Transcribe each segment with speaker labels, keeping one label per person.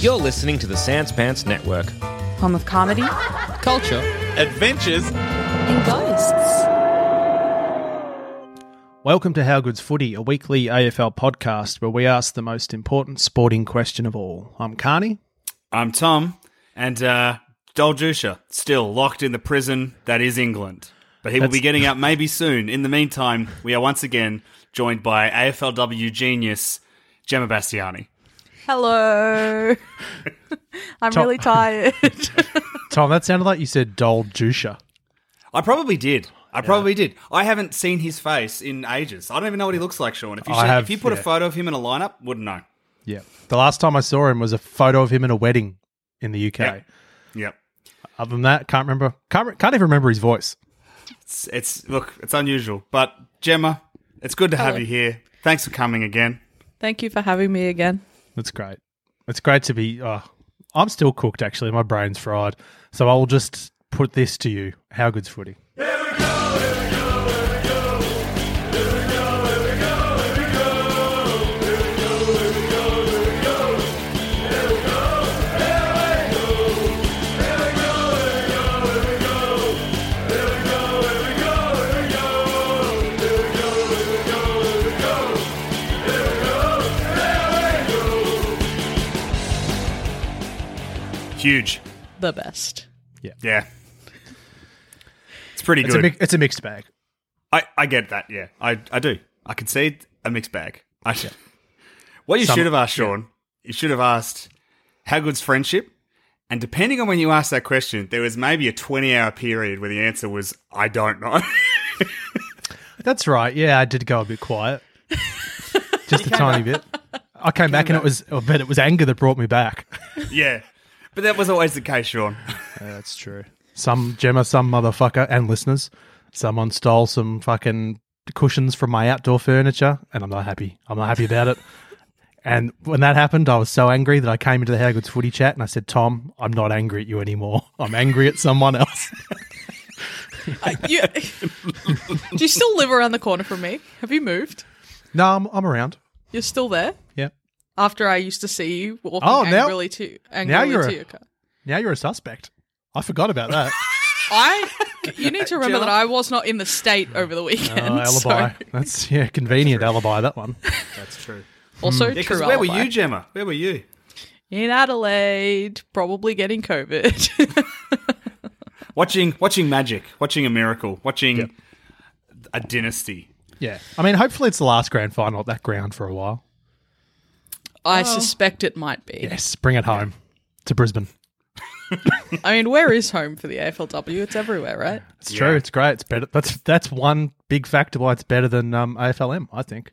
Speaker 1: You're listening to the Sans Pants Network.
Speaker 2: Home of comedy
Speaker 3: Culture.
Speaker 4: Adventures.
Speaker 2: and ghosts.
Speaker 5: Welcome to How Good's Footy, a weekly AFL podcast where we ask the most important sporting question of all. I'm Carney.
Speaker 4: I'm Tom, and uh, Doljusha still locked in the prison that is England, but he will be
Speaker 5: That's-
Speaker 4: getting out maybe soon. In the meantime, we are once again joined by AFLW genius Gemma Bastiani.
Speaker 2: Hello. I'm
Speaker 5: Top-
Speaker 2: really tired.
Speaker 5: Tom, that sounded like you said Dol Jusha.
Speaker 4: I probably did. I probably did. I haven't seen his face in ages. I don't even know what he looks like, Sean. If you,
Speaker 5: I
Speaker 4: sh-
Speaker 5: have-
Speaker 4: if you put a
Speaker 5: yeah.
Speaker 4: photo of him in a lineup, wouldn't know.
Speaker 5: Yeah. The last time I saw him was a photo of him in a wedding in the UK.
Speaker 4: Yep. Yep.
Speaker 5: Other than that, can't remember. Can't, re- can't even remember his voice.
Speaker 4: It's, it's look, it's unusual, but Gemma, it's good to have you here. Thanks for coming again.
Speaker 2: Thank you for having me again.
Speaker 5: That's great. It's great to be. Uh, I'm still cooked, actually. My brain's fried. So I'll just put this to you How Good's Footy.
Speaker 4: Huge.
Speaker 2: The best.
Speaker 4: Yeah. It's pretty
Speaker 5: It's
Speaker 4: good.
Speaker 5: a, mi- it's a mixed bag.
Speaker 4: I, I get that, yeah. I, I do. I can see a mixed bag. I, What you
Speaker 5: Some-
Speaker 4: should have asked, Sean, you should have asked, how good's friendship? And depending on when you asked that question, there was maybe a 20 hour period where the answer was, I don't know.
Speaker 5: That's right. Yeah, I did go a bit quiet, just a tiny bit. I came back and it was, I bet it was anger that brought me back.
Speaker 4: yeah. But that was always the case, Sean.
Speaker 5: that's true. Some Gemma, some motherfucker, and listeners. Someone stole some fucking cushions from my outdoor furniture, and I'm not happy. I'm not happy about it. And when that happened, I was so angry that I came into the How Good's Footy chat and I said, "Tom, I'm not angry at you anymore. I'm angry at someone else."
Speaker 2: You- Do you still live around the corner from me? Have you moved?
Speaker 5: no, I'm, I'm around.
Speaker 2: You're still there?
Speaker 5: Yeah.
Speaker 2: After I used to see you walking
Speaker 5: Oh, now-
Speaker 2: angrily to angrily
Speaker 5: you're
Speaker 2: to
Speaker 5: a-
Speaker 2: your car.
Speaker 5: Now you're a suspect. I forgot about that.
Speaker 2: I you need to remember that I was not in the state over the
Speaker 5: Oh,
Speaker 2: weekend.
Speaker 5: alibi.
Speaker 2: so-
Speaker 5: That's yeah, convenient alibi. That one.
Speaker 4: That's true.
Speaker 2: also
Speaker 5: Mm.
Speaker 2: true.
Speaker 4: Because where were
Speaker 2: alibi.
Speaker 4: you, Gemma? Where were you?
Speaker 2: In Adelaide, probably getting COVID.
Speaker 4: Watching, watching magic, watching a miracle, watching a dynasty.
Speaker 5: Yeah. I mean, hopefully it's the last grand final at that ground for a while.
Speaker 2: I
Speaker 4: Oh.
Speaker 2: suspect it might be.
Speaker 5: Yes, bring it home to Brisbane.
Speaker 2: I mean, where is home for the AFLW? It's everywhere, right?
Speaker 5: It's true. It's great. It's better. That's that's one big factor why it's better than um, AFLM. I think.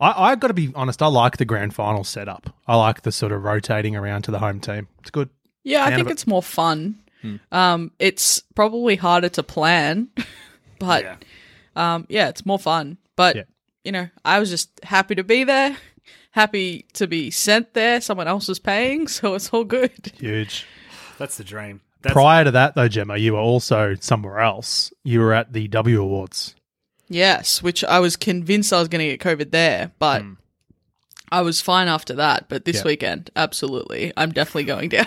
Speaker 5: I I got to be honest. I like the grand final setup. I like the sort of rotating around to the home team. It's good.
Speaker 2: Yeah, I
Speaker 5: Fan of
Speaker 2: think
Speaker 5: it.
Speaker 2: it's more fun.
Speaker 5: Hmm.
Speaker 2: Um, it's probably harder to plan, but
Speaker 4: Yeah.
Speaker 2: um, yeah, it's more fun. But
Speaker 5: Yeah.
Speaker 2: you know, I was just happy to be there, happy to be sent there. Someone else was paying, so it's all good.
Speaker 5: Huge.
Speaker 4: That's the dream. That's,
Speaker 5: Prior to that, though, Gemma, you were also somewhere else. You were at the W Awards.
Speaker 2: Yes, which I was convinced I was going to get COVID there, but I was fine after that. But this
Speaker 5: Hmm. Yeah.
Speaker 2: weekend, absolutely, I'm definitely going down.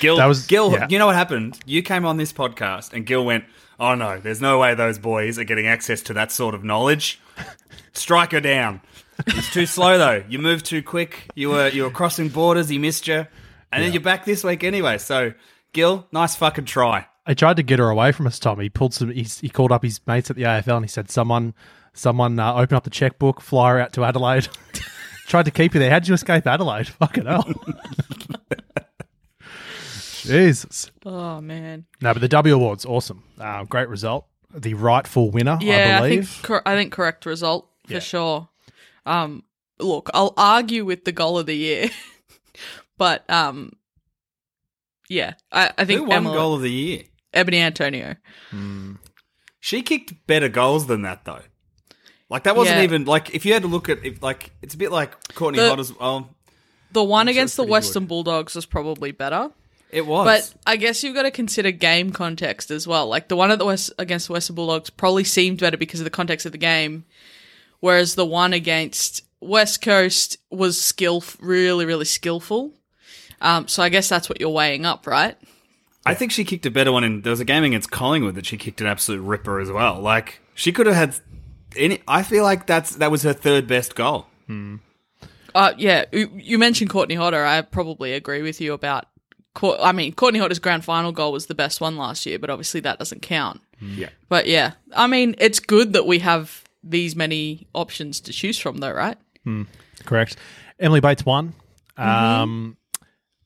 Speaker 4: Gil,
Speaker 5: That was-
Speaker 4: Gil
Speaker 5: yeah.
Speaker 4: you know what happened? You came on this podcast and Gil went, oh no, there's no way those boys are getting access to that sort of knowledge. Strike her down. It's too slow though. You moved too quick. You were you were crossing borders. He missed you, and then you're back this week anyway. So, Gil, nice fucking try.
Speaker 5: I tried to get her away from us, Tom. He pulled some. He, he called up his mates at the AFL and he said, "Someone, someone, uh, open up the checkbook, fly her out to Adelaide." tried to keep you there. How'd you escape Adelaide? Fucking hell. Jesus.
Speaker 2: Oh man.
Speaker 5: No, but the W Awards, awesome. Uh, great result. The rightful winner,
Speaker 2: Yeah,
Speaker 5: I
Speaker 2: I,
Speaker 5: believe.
Speaker 2: think cor- I think correct result for
Speaker 5: Yeah.
Speaker 2: sure. Um, look, I'll argue with the goal of the year, but um, yeah, I, I think
Speaker 4: Who won
Speaker 2: Emily-
Speaker 4: goal of the year?
Speaker 2: Ebony Antonio.
Speaker 4: She kicked better goals than that though. Like that wasn't
Speaker 2: Yeah.
Speaker 4: even like if you had to look at if like it's a bit like Courtney
Speaker 2: The-
Speaker 4: Hodder's. Oh,
Speaker 2: The one
Speaker 4: sure
Speaker 2: against
Speaker 4: it's
Speaker 2: the
Speaker 4: pretty
Speaker 2: Western Bulldogs was probably better,
Speaker 4: it was.
Speaker 2: but I guess you've got to consider game context as well. Like the one at the West against the Western Bulldogs probably seemed better because of the context of the game, whereas the one against West Coast was skill really really skillful. Um, so I guess that's what you're weighing up, right?
Speaker 4: I think she kicked a better one, and there was a game against Collingwood that she kicked an absolute ripper as well. Like she could have had any. I feel like that's that was her third best goal.
Speaker 2: Uh, yeah, you you mentioned Courtney Hodder. I probably agree with you about. Cour- I mean, Courtney Hodder's grand final goal was the best one last year, but obviously that doesn't count.
Speaker 4: Yeah.
Speaker 2: But yeah, I mean, it's good that we have these many options to choose from, though, right?
Speaker 5: Correct. Emily Bates won.
Speaker 2: Mm-hmm.
Speaker 5: Um,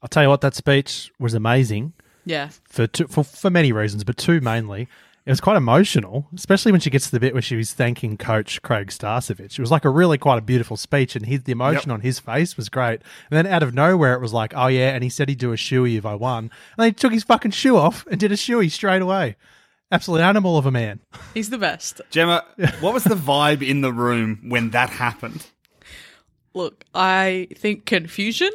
Speaker 5: I'll tell you what, that speech was amazing
Speaker 2: Yeah,
Speaker 5: for, two, for for many reasons, but two mainly. It was quite emotional, especially when she gets to the bit where she was thanking Coach Craig Starcevich. It was like a really quite a beautiful speech, and his, the emotion on his face was great. And then out of nowhere, it was like, oh yeah, and he said he'd do a shoey if I won, and he took his fucking shoe off and did a shoey straight away. Absolute animal of a man.
Speaker 2: he's the best.
Speaker 4: Gemma, what was the vibe in the room when that happened?
Speaker 2: Look, I think confusion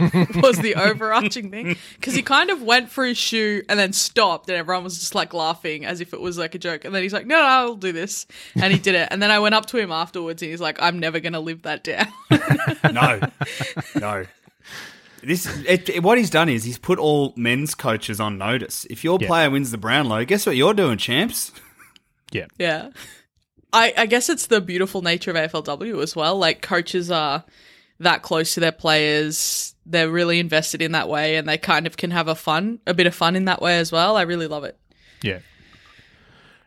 Speaker 2: was the overarching thing because he kind of went for his shoe and then stopped, and everyone was just like laughing as if it was like a joke. And then he's like, "No, no, I'll do this," and he did it. And then I went up to him afterwards, and he's like, "I'm never gonna live that down."
Speaker 4: No, no. This it, it- what he's done is he's put all men's coaches on notice. If your player wins the Brownlow, guess what you're doing, champs?
Speaker 5: Yeah,
Speaker 2: Yeah. I, I guess it's the beautiful nature of AFLW as well. Like coaches are that close to their players. They're really invested in that way and they kind of can have a fun a bit of fun in that way as well. I really love it.
Speaker 5: Yeah. It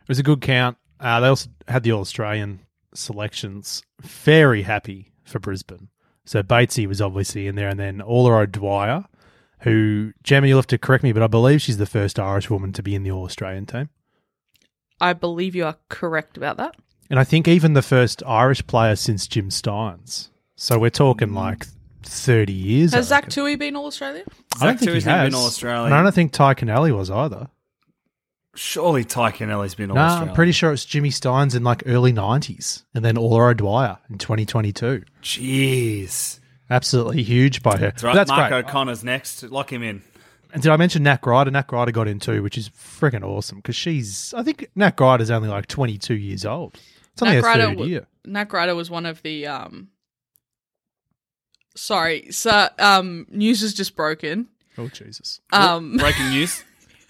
Speaker 5: was a good count. Uh, they also had the All Australian selections. Very happy for Brisbane. So Batesy was obviously in there, and then Ola O'Dwyer, who, Gemma, you'll have to correct me, but I believe she's the first Irish woman to be in the All Australian team.
Speaker 2: I believe you are correct about that.
Speaker 5: And I think even the first Irish player since Jim Steins. So we're talking like 30 years.
Speaker 2: Has
Speaker 5: I
Speaker 2: Zach
Speaker 5: reckon.
Speaker 2: Tui been all Australia?
Speaker 5: I don't
Speaker 4: Zach
Speaker 5: think he
Speaker 4: Tui's never
Speaker 5: has.
Speaker 4: been All-Australian.
Speaker 5: And I don't think Ty Canelli was either.
Speaker 4: Surely Ty Canelli's been all
Speaker 5: No,
Speaker 4: Australian.
Speaker 5: I'm pretty sure it's Jimmy Steins in like early 90s and then Ola O'Dwyer in 2022.
Speaker 4: Jeez.
Speaker 5: Absolutely huge by her.
Speaker 4: That's right.
Speaker 5: That's
Speaker 4: Mark
Speaker 5: great.
Speaker 4: O'Connor's next. Lock him in.
Speaker 5: And did I mention Nat Grider? Nat Grider got in too, which is freaking awesome because she's, I think Nat Grider's only like 22 years old. It's only
Speaker 2: Nat
Speaker 5: her
Speaker 2: Grider
Speaker 5: third
Speaker 2: w-
Speaker 5: year.
Speaker 2: Nat Ryder was one of the um Sorry, so um news is just broken.
Speaker 5: Oh, Jesus.
Speaker 2: Um
Speaker 4: Breaking news.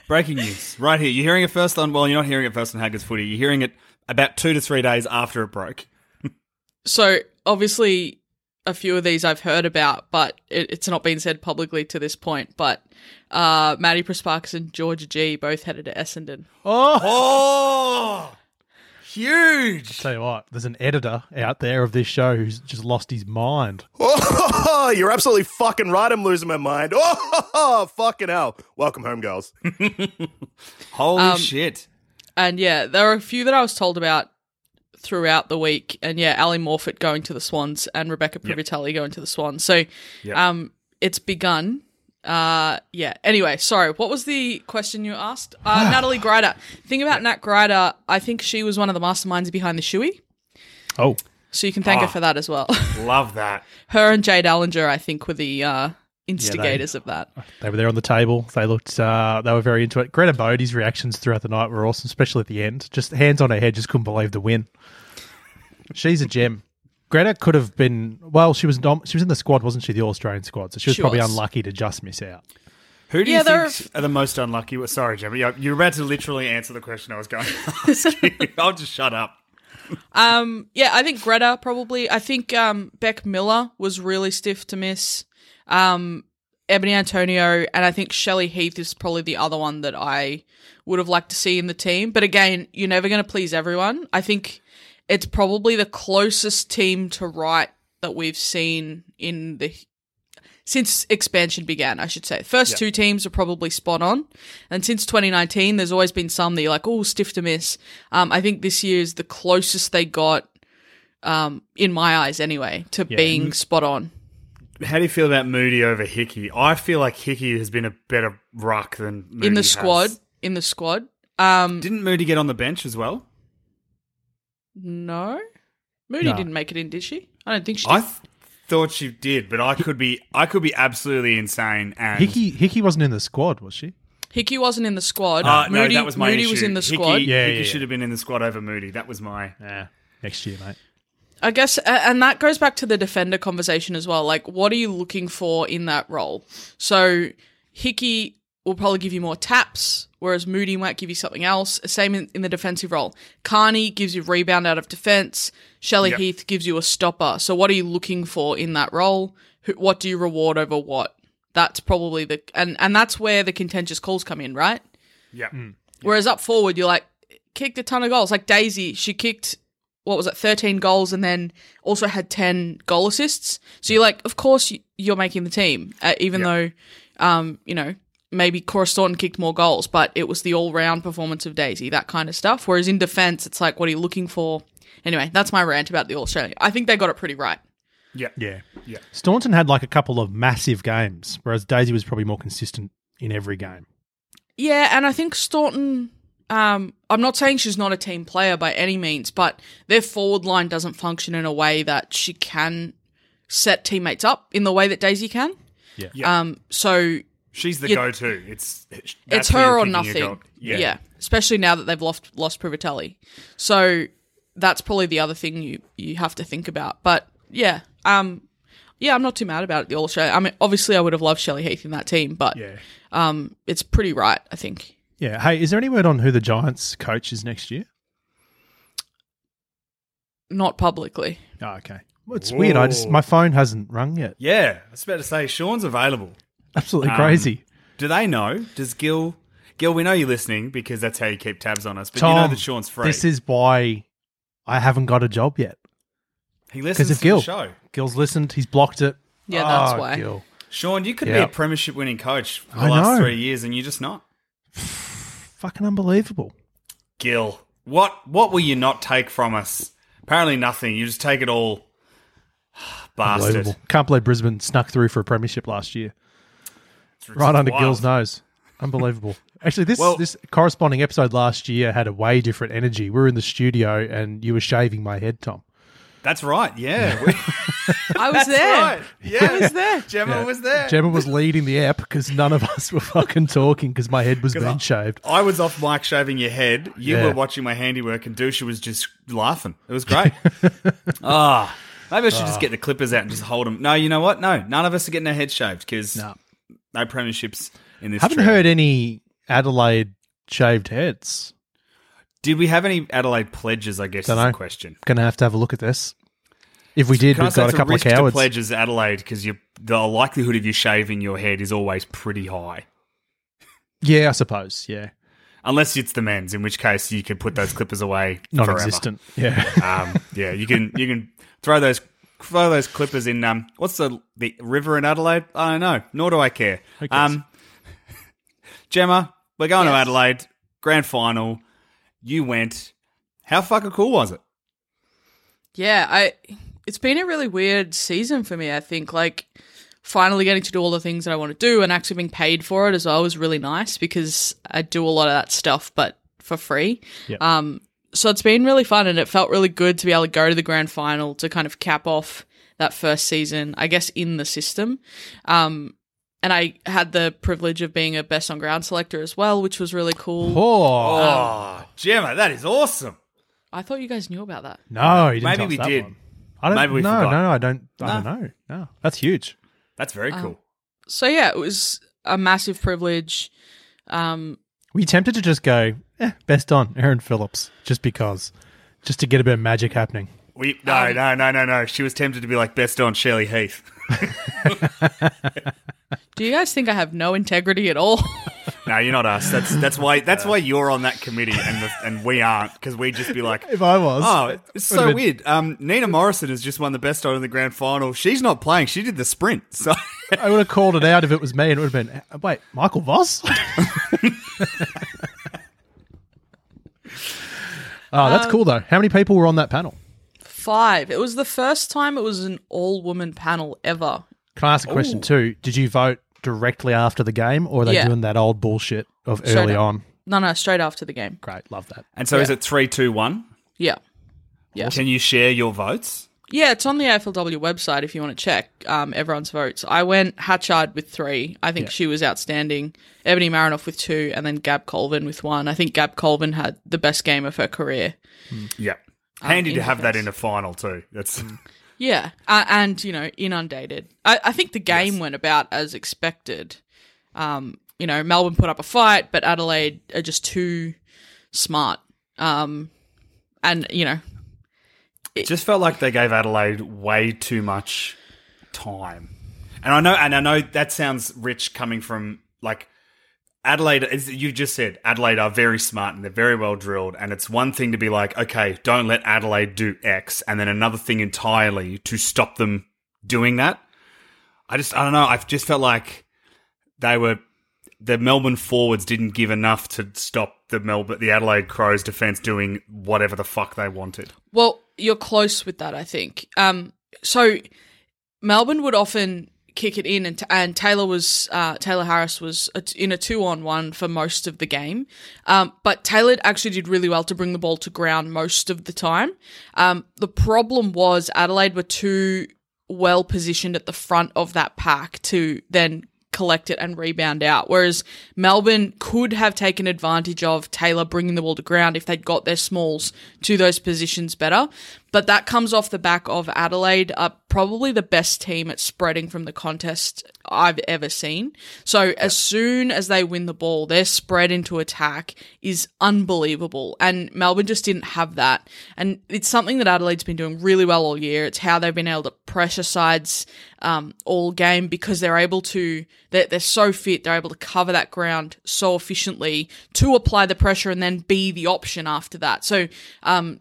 Speaker 4: Breaking news. Right here. You're hearing it first on, well, you're not hearing it first on Haggard's Footy. You're hearing it about two to three days after it broke.
Speaker 2: So obviously, a few of these I've heard about, but it, it's not been said publicly to this point. But uh, Maddie Prasparkas and Georgia G both headed to Essendon.
Speaker 4: Oh! Huge!
Speaker 5: Tell you what, there's an editor out there of this show who's just lost his mind.
Speaker 3: Oh, you're absolutely fucking right. I'm losing my mind. Oh, fucking hell. Welcome home, girls.
Speaker 4: Holy
Speaker 2: Um,
Speaker 4: shit.
Speaker 2: And yeah, there are a few that I was told about throughout the week. And yeah, Ali Morfitt going to the Swans and Rebecca Privitelli going to the Swans. So um, it's begun. Uh, yeah. Anyway, sorry. What was the question you asked? Uh, Natalie Grider. Thing about Nat Grider, I think she was one of the masterminds behind the Shoey.
Speaker 5: Oh.
Speaker 2: So you can thank her for that as well.
Speaker 4: Love that.
Speaker 2: her and Jade Allinger, I think, were the uh, instigators of that.
Speaker 5: They were there on the table. They looked, uh, they were very into it. Greta Bodie's reactions throughout the night were awesome, especially at the end. Just hands on her head, just couldn't believe the win. She's a gem. Greta could have been, well, she was nom- she was in the squad, wasn't she? The All Australian squad. So she was
Speaker 2: She
Speaker 5: probably
Speaker 2: was.
Speaker 5: unlucky to just miss out.
Speaker 4: Who do
Speaker 2: Yeah,
Speaker 4: you
Speaker 2: there
Speaker 4: think are the most unlucky? Well, Sorry, Jimmy, you're you're about to literally answer the question I was going to ask you. I'll just shut up.
Speaker 2: Yeah, I think Greta probably. I think um, Beck Miller was really stiff to miss. Um, Ebony Antonio, and I think Shelley Heath is probably the other one that I would have liked to see in the team. But again, you're never going to please everyone. I think it's probably the closest team to right that we've seen in the since expansion began, I should say. The first two teams are probably spot on. And since 2019, there's always been some that you're like, oh, stiff to miss. Um, I think this year is the closest they got, um, in my eyes anyway, to being spot on.
Speaker 4: How do you feel about Moody over Hickey? I feel like Hickey has been a better ruck than Moody
Speaker 2: in the
Speaker 4: has.
Speaker 2: squad. In the squad. Um,
Speaker 4: Didn't Moody get on the bench as well?
Speaker 2: no. Moody
Speaker 5: No.
Speaker 2: didn't make it in, did she? I don't think she did.
Speaker 4: I th- thought she did, but I could be I could be absolutely insane. And
Speaker 5: Hickey Hickey wasn't in the squad, was she?
Speaker 2: Hickey wasn't in the squad.
Speaker 4: Uh, no,
Speaker 2: Moody,
Speaker 4: that was my
Speaker 2: Moody
Speaker 4: issue.
Speaker 2: was in the
Speaker 4: Hickey-
Speaker 2: squad.
Speaker 5: Yeah,
Speaker 4: Hickey
Speaker 5: yeah,
Speaker 4: should
Speaker 5: yeah.
Speaker 4: have been in the squad over Moody. That was my.
Speaker 5: Yeah. Next year, mate.
Speaker 2: I guess, a- and that goes back to the defender conversation as well. Like, what are you looking for in that role? So, Hickey will probably give you more taps, whereas Moody might give you something else. Same in, in the defensive role. Carney gives you rebound out of defense. Shelley
Speaker 4: Yep.
Speaker 2: Heath gives you a stopper. So, what are you looking for in that role? Who, what do you reward over what? That's probably the and and that's where the contentious calls come in, right?
Speaker 4: Yeah.
Speaker 5: Hmm.
Speaker 2: Whereas up forward, you're like kicked a ton of goals. Like Daisy, she kicked what was it, thirteen goals, and then also had ten goal assists. So you're like, of course you- you're making the team, uh, even though, um, you know, maybe Cora Staunton kicked more goals, but it was the all round performance of Daisy, that kind of stuff. Whereas in defence, it's like, what are you looking for? Anyway, that's my rant about the All Australia. I think they got it pretty right.
Speaker 4: Yeah.
Speaker 5: Yeah. Yeah. Staunton had like a couple of massive games, whereas Daisy was probably more consistent in every game.
Speaker 2: Yeah, and I think Staunton. Um, I'm not saying she's not a team player by any means, but their forward line doesn't function in a way that she can set teammates up in the way that Daisy can.
Speaker 5: Yeah.
Speaker 4: Yeah.
Speaker 2: Um, so
Speaker 4: She's the
Speaker 2: You-
Speaker 4: go-to. It's that's
Speaker 2: it's
Speaker 4: where
Speaker 2: her
Speaker 4: you're
Speaker 2: or
Speaker 4: kicking your
Speaker 2: nothing.
Speaker 4: goal.
Speaker 2: Yeah. especially now that they've lost lost Privatelli. So that's probably the other thing you you have to think about. But yeah, um, yeah, I'm not too mad about it. The All Australia. I mean, obviously, I would have loved Shelley Heath in that team, but um, it's pretty right, I think.
Speaker 5: Yeah. Hey, is there any word on who the Giants coach is next year?
Speaker 2: Not publicly.
Speaker 5: Oh, okay. Well, it's weird. I just my phone hasn't rung yet.
Speaker 4: Yeah, I was about to say Sean's available. Um,
Speaker 5: Absolutely crazy.
Speaker 4: Do they know? Does Gil? Gil, we know you're listening because that's how you keep tabs on us. But
Speaker 5: Tom,
Speaker 4: you know that Sean's free.
Speaker 5: This is why I haven't got a job yet.
Speaker 4: he
Speaker 5: Because
Speaker 4: listens
Speaker 5: of
Speaker 4: to
Speaker 5: Gil.
Speaker 4: the show.
Speaker 5: Gil's listened. He's blocked it.
Speaker 2: Yeah, that's
Speaker 5: Oh,
Speaker 2: why.
Speaker 5: Gil.
Speaker 4: Sean, you could be
Speaker 5: Yeah.
Speaker 4: a premiership winning coach for the
Speaker 5: I
Speaker 4: last
Speaker 5: know.
Speaker 4: three years, and you're just not.
Speaker 5: Fucking unbelievable.
Speaker 4: Gil, what what will you not take from us? Apparently nothing. You just take it all, bastard.
Speaker 5: Unbelievable. Can't believe Brisbane snuck through for a premiership last year.
Speaker 4: It's
Speaker 5: right under
Speaker 4: wild.
Speaker 5: Gill's nose. Unbelievable. Actually, this
Speaker 4: Well-
Speaker 5: this corresponding episode last year had a way different energy. We were in the studio and you were shaving my head, Tom.
Speaker 4: That's right. Yeah, We-
Speaker 2: I was
Speaker 4: that's
Speaker 2: there.
Speaker 4: right. Yeah,
Speaker 2: I was there.
Speaker 4: Gemma was there.
Speaker 5: Gemma was leading the app because none of us were fucking talking because my head was being shaved.
Speaker 4: I was off mic shaving your head. You
Speaker 5: Yeah.
Speaker 4: were watching my handiwork, and Dusha was just laughing. It was great. Ah, maybe I should just get the clippers out and just hold them. No, you know what? No, none of us are getting our heads shaved because
Speaker 5: No.
Speaker 4: no. premierships in this.
Speaker 5: Haven't
Speaker 4: trio.
Speaker 5: heard any Adelaide shaved heads.
Speaker 4: Did we have any Adelaide pledges? I guess is
Speaker 5: Dunno.
Speaker 4: the question.
Speaker 5: Gonna have to have a look at this. If we did,
Speaker 4: Can I
Speaker 5: we've
Speaker 4: say
Speaker 5: got a
Speaker 4: it's
Speaker 5: couple of
Speaker 4: risk to
Speaker 5: cowards.
Speaker 4: pledge as Adelaide because the likelihood of you shaving your head is always pretty high,
Speaker 5: Yeah, I suppose. Yeah,
Speaker 4: unless it's the men's, in which case you could put those clippers away. forever.
Speaker 5: non-existent. Yeah.
Speaker 4: Um, yeah, you can you can throw those throw those clippers in. Um, what's the the river in Adelaide? I don't know. Nor do I care. Um, Gemma, we're going to
Speaker 2: Yes.
Speaker 4: Adelaide grand final. You went. How fucking cool was it?
Speaker 2: Yeah, I it's been a really weird season for me, I think. Like finally getting to do all the things that I want to do and actually being paid for it as well was really nice because I do a lot of that stuff but for free. Um so it's been really fun and it felt really good to be able to go to the grand final to kind of cap off that first season, I guess in the system. Um and I had the privilege of being a best on ground selector as well, which was really cool.
Speaker 5: Oh
Speaker 4: Oh, Gemma, that is awesome.
Speaker 2: I thought you guys knew about that.
Speaker 5: no, you didn't
Speaker 4: Maybe
Speaker 5: tell us
Speaker 4: we
Speaker 5: that
Speaker 4: did.
Speaker 5: one. I don't.
Speaker 4: Maybe we
Speaker 5: no,
Speaker 4: forgot.
Speaker 5: no, no. I don't. I don't know. No, that's huge.
Speaker 4: That's very cool.
Speaker 2: so yeah, it was a massive privilege. Um,
Speaker 5: Were you tempted to just go, eh, best on Aaron Phillips, just because, just to get a bit of magic happening?
Speaker 4: We no
Speaker 5: Um,
Speaker 4: no no no no. She was tempted to be like best on Shirley Heath.
Speaker 2: do you guys think I have no integrity at all?
Speaker 4: no, you're not us. That's that's why that's why you're on that committee and the, and we aren't because we'd just be like.
Speaker 5: If I was,
Speaker 4: Oh, it's so weird. Um, Nina Morrison has just won the best on in the grand final. She's not playing. She did the sprint. So
Speaker 5: I would have called it out if it was me, and it would have been, wait, Michael Voss? oh, Ah, that's
Speaker 2: Um,
Speaker 5: cool though. How many people were on that panel?
Speaker 2: Five. It was the first time it was an all woman panel ever.
Speaker 5: Can I ask a question too? Did you vote directly after the game, or are they
Speaker 2: Yeah.
Speaker 5: doing that old bullshit of
Speaker 2: Straight
Speaker 5: early
Speaker 2: up.
Speaker 5: on?
Speaker 2: No, no, straight after the game.
Speaker 5: Great, love that.
Speaker 4: and so is it three two one?
Speaker 2: Yeah.
Speaker 4: Can you share your votes?
Speaker 2: Yeah, it's on the AFLW website if you want to check um, everyone's votes. I went Hatchard with three. I think she was outstanding. Ebony Marinoff with two, and then Gab Colvin with one. I think Gab Colvin had the best game of her career.
Speaker 4: Yeah. Handy to have that
Speaker 2: interface.
Speaker 4: in a final too. That's
Speaker 2: Yeah, uh, and you know, inundated. I, I think the game went about as expected. Um, you know, Melbourne put up a fight, but Adelaide are just too smart. Um, and you know,
Speaker 4: just felt like they gave Adelaide way too much time. And I know, and I know that sounds rich coming from like Adelaide. As you just said, Adelaide are very smart and they're very well drilled. And it's one thing to be like, okay, don't let Adelaide do X, and then another thing entirely to stop them doing that. I just, I don't know. I've just felt like they were the Melbourne forwards didn't give enough to stop the Melbourne, the Adelaide Crows defense doing whatever the fuck they wanted.
Speaker 2: Well, you're close with that, I think. Um, so Melbourne would often kick it in, and, and Taylor was uh, Taylor Harris was a t- in a two on one for most of the game, um, but Taylor actually did really well to bring the ball to ground most of the time. Um, the problem was Adelaide were too well positioned at the front of that pack to then collect it and rebound out. Whereas Melbourne could have taken advantage of Taylor bringing the ball to ground if they'd got their smalls to those positions better. But that comes off the back of Adelaide, are probably the best team at spreading from the contest I've ever seen. So as soon as they win the ball, their spread into attack is unbelievable. And Melbourne just didn't have that. And it's something that Adelaide's been doing really well all year. It's how they've been able to pressure sides um, all game because they're able to, they're, they're so fit, they're able to cover that ground so efficiently to apply the pressure and then be the option after that. So um,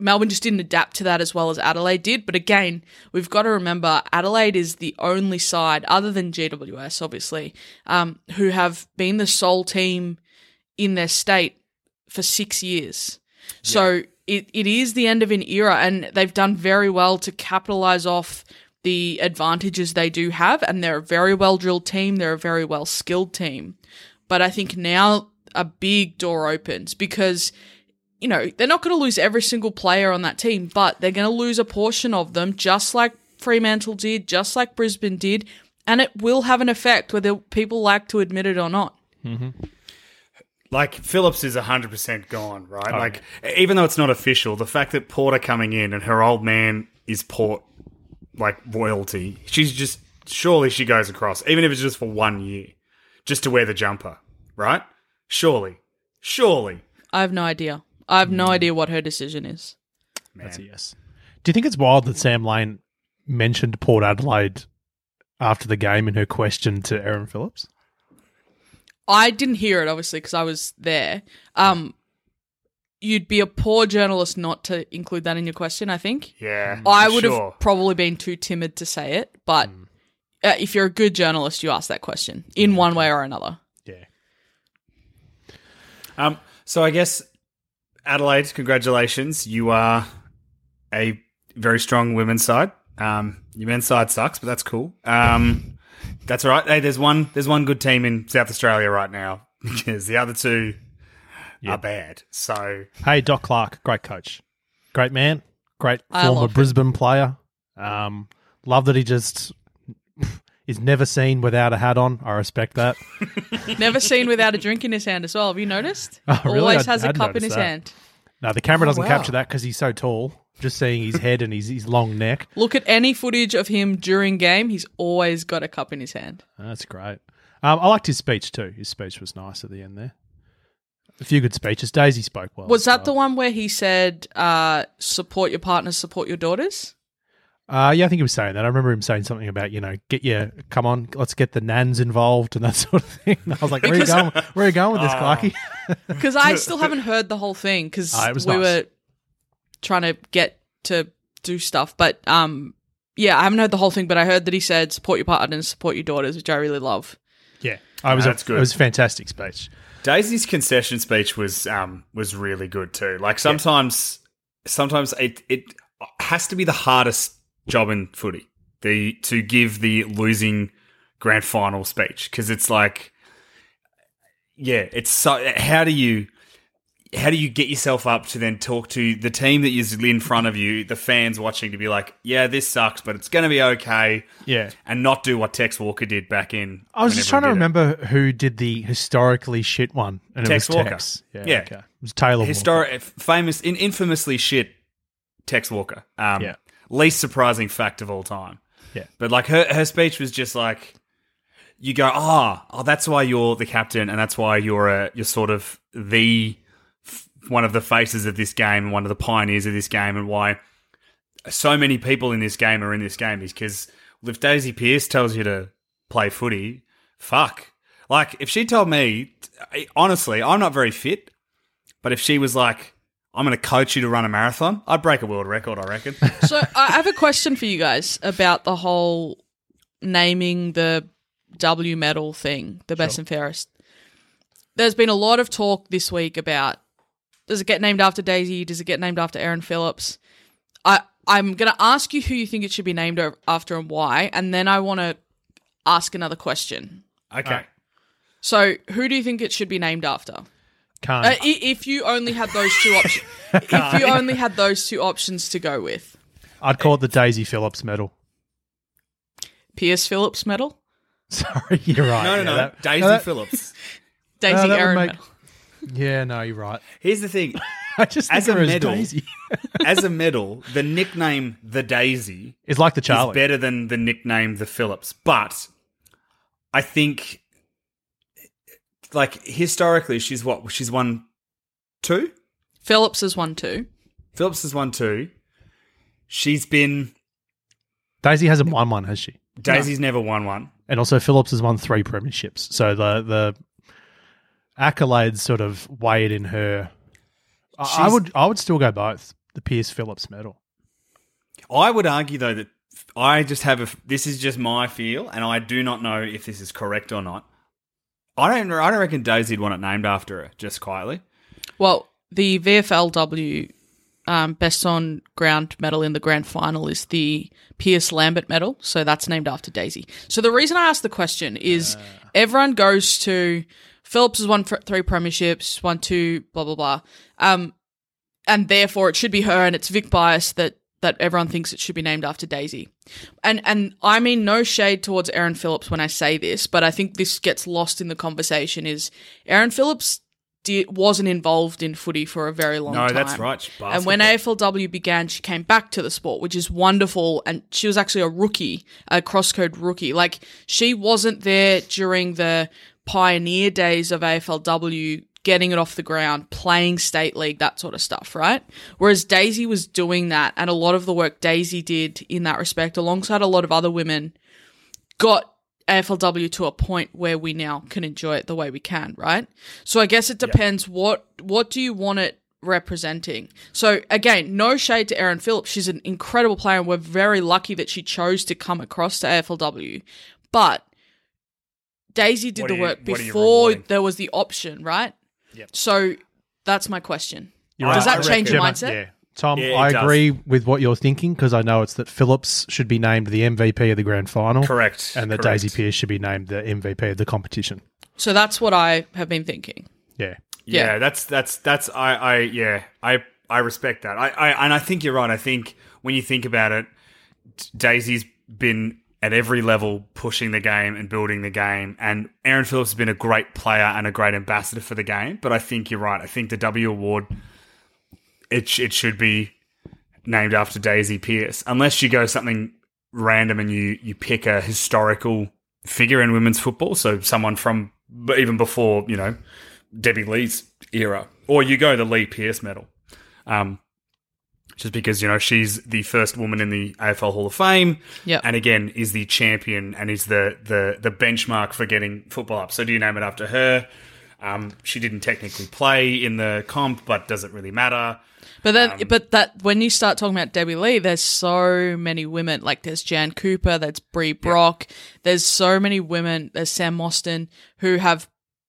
Speaker 2: Melbourne just didn't adapt to that as well as Adelaide did. But again, we've got to remember Adelaide is the only side, other than GWS, obviously, um, who have been the sole team in their state for six years. So it, it is the end of an era, and they've done very well to capitalize off the advantages they do have. And they're a very well drilled team, they're a very well skilled team. But I think now a big door opens because you know, they're not going to lose every single player on that team, but they're going to lose a portion of them, just like Fremantle did, just like Brisbane did, and it will have an effect whether people like to admit it or not.
Speaker 4: like Phillips is 100% gone, right? like even though it's not official, the fact that Porter coming in and her old man is Port like royalty. She's just surely she goes across even if it's just for 1 year just to wear the jumper, right? Surely. Surely.
Speaker 2: I have no idea. I have
Speaker 5: Hmm.
Speaker 2: no idea what her decision is.
Speaker 5: That's a yes. Do you think it's wild that Sam Lane mentioned Port Adelaide after the game in her question to Aaron Phillips?
Speaker 2: I didn't hear it obviously because I was there. Um, you'd be a poor journalist not to include that in your question. I think
Speaker 4: Yeah.
Speaker 2: I would
Speaker 4: sure.
Speaker 2: have probably been too timid to say it, but
Speaker 5: Hmm.
Speaker 2: uh, if you're a good journalist, you ask that question in one way or another.
Speaker 5: Yeah.
Speaker 4: Um, so I guess Adelaide, congratulations. You are a very strong women's side. Um, your men's side sucks, but that's cool. Um, that's all right. Hey, there's one there's one good team in South Australia right now because the other two are bad. So
Speaker 5: Hey, Doc Clark, great coach, great man, great
Speaker 2: I
Speaker 5: former
Speaker 2: love him.
Speaker 5: Brisbane player. Um, love that he just is never seen without a hat on. I respect that.
Speaker 2: Never seen without a drink in his hand as well. Have you noticed?
Speaker 5: Oh, really?
Speaker 2: Always
Speaker 5: I
Speaker 2: has a
Speaker 5: had
Speaker 2: cup in
Speaker 5: noticed
Speaker 2: his
Speaker 5: that.
Speaker 2: hand.
Speaker 5: Now the
Speaker 2: Oh,
Speaker 5: camera doesn't
Speaker 4: wow.
Speaker 5: capture that because he's so tall. Just seeing his head and his, his long neck.
Speaker 2: Look at any footage of him during game. He's always got a cup in his hand.
Speaker 5: That's great. Um, I liked his speech too. His speech was nice at the end there. A few good speeches. Daisy spoke well.
Speaker 2: Was
Speaker 5: as
Speaker 2: that the
Speaker 5: well.
Speaker 2: one where he said, uh, support your partners, support your daughters?
Speaker 5: Uh, yeah, I think he was saying that. I remember him saying something about you know, get your come on, let's get the nans involved and that sort of thing. I was like, where are you going? Where are you going with this,
Speaker 2: Oh.
Speaker 5: Clarky?
Speaker 2: Because I still haven't heard the whole thing because
Speaker 5: Ah, it was
Speaker 2: we
Speaker 5: nice.
Speaker 2: were trying to get to do stuff. But um, yeah, I haven't heard the whole thing, but I heard that he said, support your partners, support your daughters, which I really love.
Speaker 5: yeah, I was.
Speaker 4: That's
Speaker 5: a,
Speaker 4: good.
Speaker 5: It was a fantastic speech.
Speaker 4: Daisy's concession speech was um was really good too. Like sometimes sometimes it it has to be the hardest job in footy. The to give the losing grand final speech because it's like yeah, it's so how do you how do you get yourself up to then talk to the team that is in front of you, the fans watching to be like, yeah, this sucks, but it's going to be okay.
Speaker 5: Yeah.
Speaker 4: And not do what Tex Walker did back in.
Speaker 5: I was just trying to
Speaker 4: whenever he did it.
Speaker 5: remember who did the historically shit one, and
Speaker 4: Tex
Speaker 5: it was
Speaker 4: Walker.
Speaker 5: Tex.
Speaker 4: Yeah.
Speaker 5: okay. it was Taylor. Walker.
Speaker 4: historic, famous, in, infamously shit Tex Walker. Um,
Speaker 5: Yeah.
Speaker 4: Least surprising fact of all time.
Speaker 5: Yeah.
Speaker 4: But like her, her speech was just like, you go, ah, oh, that's why you're the captain, and that's why you're a, you're sort of the f- one of the faces of this game, and one of the pioneers of this game, and why so many people in this game are in this game is because if Daisy Pierce tells you to play footy, fuck. Like if she told me, I- honestly, I'm not very fit. But if she was like, I'm going to coach you to run a marathon, I'd break a world record, I reckon.
Speaker 2: So I have a question for you guys about the whole naming the W medal thing, the best and fairest. There's been a lot of talk this week about does it get named after Daisy? Does it get named after Aaron Phillips? I I'm going to ask you who you think it should be named o- after and why, and then I want to ask another question.
Speaker 4: okay.
Speaker 2: So, who do you think it should be named after?
Speaker 5: Khan.
Speaker 2: Uh, i- if you only had those two options, if you only had those two options to go with,
Speaker 5: I'd call it the Daisy Phillips medal.
Speaker 2: Pierce Phillips medal.
Speaker 5: Sorry, you're right.
Speaker 4: No,
Speaker 5: yeah,
Speaker 4: no, no.
Speaker 5: that-
Speaker 4: Daisy
Speaker 5: no, that-
Speaker 4: Phillips.
Speaker 2: Daisy
Speaker 5: Uh, that would
Speaker 2: Aaron
Speaker 5: make-
Speaker 2: medal.
Speaker 5: Yeah, no, you're right.
Speaker 4: Here's the thing
Speaker 5: I just
Speaker 4: As
Speaker 5: think of her
Speaker 4: a
Speaker 5: as
Speaker 4: medal.
Speaker 5: Daisy.
Speaker 4: as a medal, the nickname The Daisy
Speaker 5: It's like the Charlie.
Speaker 4: is better than the nickname The Phillips. But I think, like, historically, she's what? She's won two?
Speaker 2: Phillips is one too.
Speaker 4: Phillips has won two. She's been.
Speaker 5: Daisy hasn't won one, has she?
Speaker 4: Daisy's never won one.
Speaker 5: And also, Phillips has won three premierships. So the the accolades sort of weighed in her. I, I
Speaker 4: She's-
Speaker 5: would I would still go both the Pierce Phillips medal.
Speaker 4: I would argue though that I just have a. This is just my feel, and I do not know if this is correct or not. I don't. I don't reckon Daisy'd want it named after her, just quietly.
Speaker 2: Well, the VFLW um, best on ground medal in the grand final is the Pierce Lambert medal, so that's named after Daisy. So the reason I asked the question is everyone goes to Phillips has won fr- three premierships, won two, blah blah blah, um, and therefore it should be her, and it's Vic Bias that that everyone thinks it should be named after Daisy. And and I mean no shade towards Aaron Phillips when I say this, but I think this gets lost in the conversation is Aaron Phillips did, wasn't involved in footy for a very long
Speaker 4: No,
Speaker 2: time.
Speaker 4: that's right. She's
Speaker 2: And when AFLW began, she came back to the sport, which is wonderful. And she was actually a rookie, a crosscode rookie. Like she wasn't there during the pioneer days of AFLW, getting it off the ground, playing state league, that sort of stuff, right? Whereas Daisy was doing that, and a lot of the work Daisy did in that respect, alongside a lot of other women, got AFLW to a point where we now can enjoy it the way we can, right? So I guess it depends what what do you want it representing. So again, no shade to Erin Phillips. She's an incredible player and we're very lucky that she chose to come across to AFLW. But Daisy did
Speaker 4: What
Speaker 2: the
Speaker 4: are you-
Speaker 2: work
Speaker 4: what are you
Speaker 2: before
Speaker 4: rewarding?
Speaker 2: there was the option, right? So that's my question.
Speaker 5: You're
Speaker 2: Does
Speaker 5: right.
Speaker 2: that change your
Speaker 5: Gemma,
Speaker 2: mindset?
Speaker 5: Yeah. Tom,
Speaker 4: Yeah, it
Speaker 5: I
Speaker 4: does.
Speaker 5: agree with what you're thinking because I know it's that Phillips should be named the MVP of the grand final.
Speaker 4: Correct.
Speaker 5: And that
Speaker 4: Correct.
Speaker 5: Daisy Pierce should be named the MVP of the competition.
Speaker 2: So that's what I have been thinking.
Speaker 5: Yeah.
Speaker 4: yeah,
Speaker 2: Yeah.
Speaker 4: that's that's that's I I yeah I I respect that. I, I and I think you're right. I think when you think about it, Daisy's been at every level pushing the game and building the game, and Aaron Phillips has been a great player and a great ambassador for the game. But I think you're right. I think the W Award it sh- it should be named after Daisy Pierce, unless you go something random and you you pick a historical figure in women's football. So someone from b- even before you know Debbie Lee's era, or you go the Lee Pierce medal, um, just because you know she's the first woman in the AFL Hall of Fame,
Speaker 2: Yep.
Speaker 4: and again is the champion and is the the the benchmark for getting football up. So do you name it after her? Um, she didn't technically play in the comp, but does it really matter?
Speaker 2: But then, but that when you start talking about Debbie Lee, there's so many women. Like there's Jan Cooper, there's Bree Brock. There's so many women. There's Sam Mostyn who have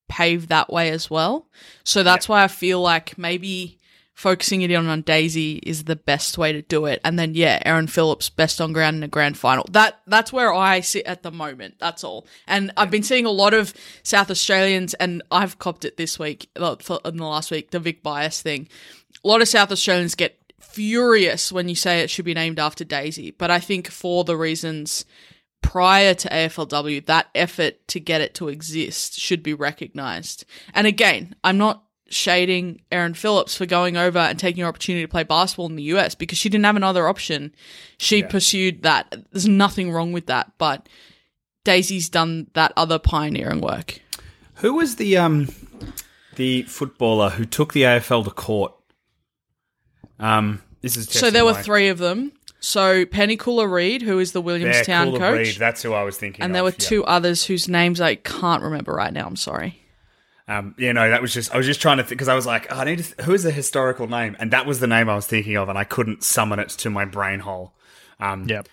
Speaker 2: paved that way as well. So that's why I feel like maybe focusing it in on Daisy is the best way to do it. And then yeah, Aaron Phillips best on ground in a grand final. That that's where I sit at the moment. That's all. And I've been seeing a lot of South Australians, and I've copped it this week uh, for- in the last week, the Vic Bias thing a lot of South Australians get furious when you say it should be named after Daisy, but I think for the reasons prior to AFLW, that effort to get it to exist should be recognised. And again, I'm not shading Erin Phillips for going over and taking her opportunity to play basketball in the US because she didn't have another option. She pursued that. There's nothing wrong with that, but Daisy's done that other pioneering work.
Speaker 4: Who was the um the footballer who took the AFL to court? Um, this is
Speaker 2: so there were three of them. So Penny Cooler Reed, who is the Williamstown coach.
Speaker 4: That's who I was thinking.
Speaker 2: and
Speaker 4: of,
Speaker 2: there were
Speaker 4: yeah.
Speaker 2: two others whose names I can't remember right now. I'm sorry.
Speaker 4: Um, you know, that was just I was just trying to because I was like, oh, I need to th- who is the historical name, and that was the name I was thinking of, and I couldn't summon it to my brain hole. Um,
Speaker 5: Yep.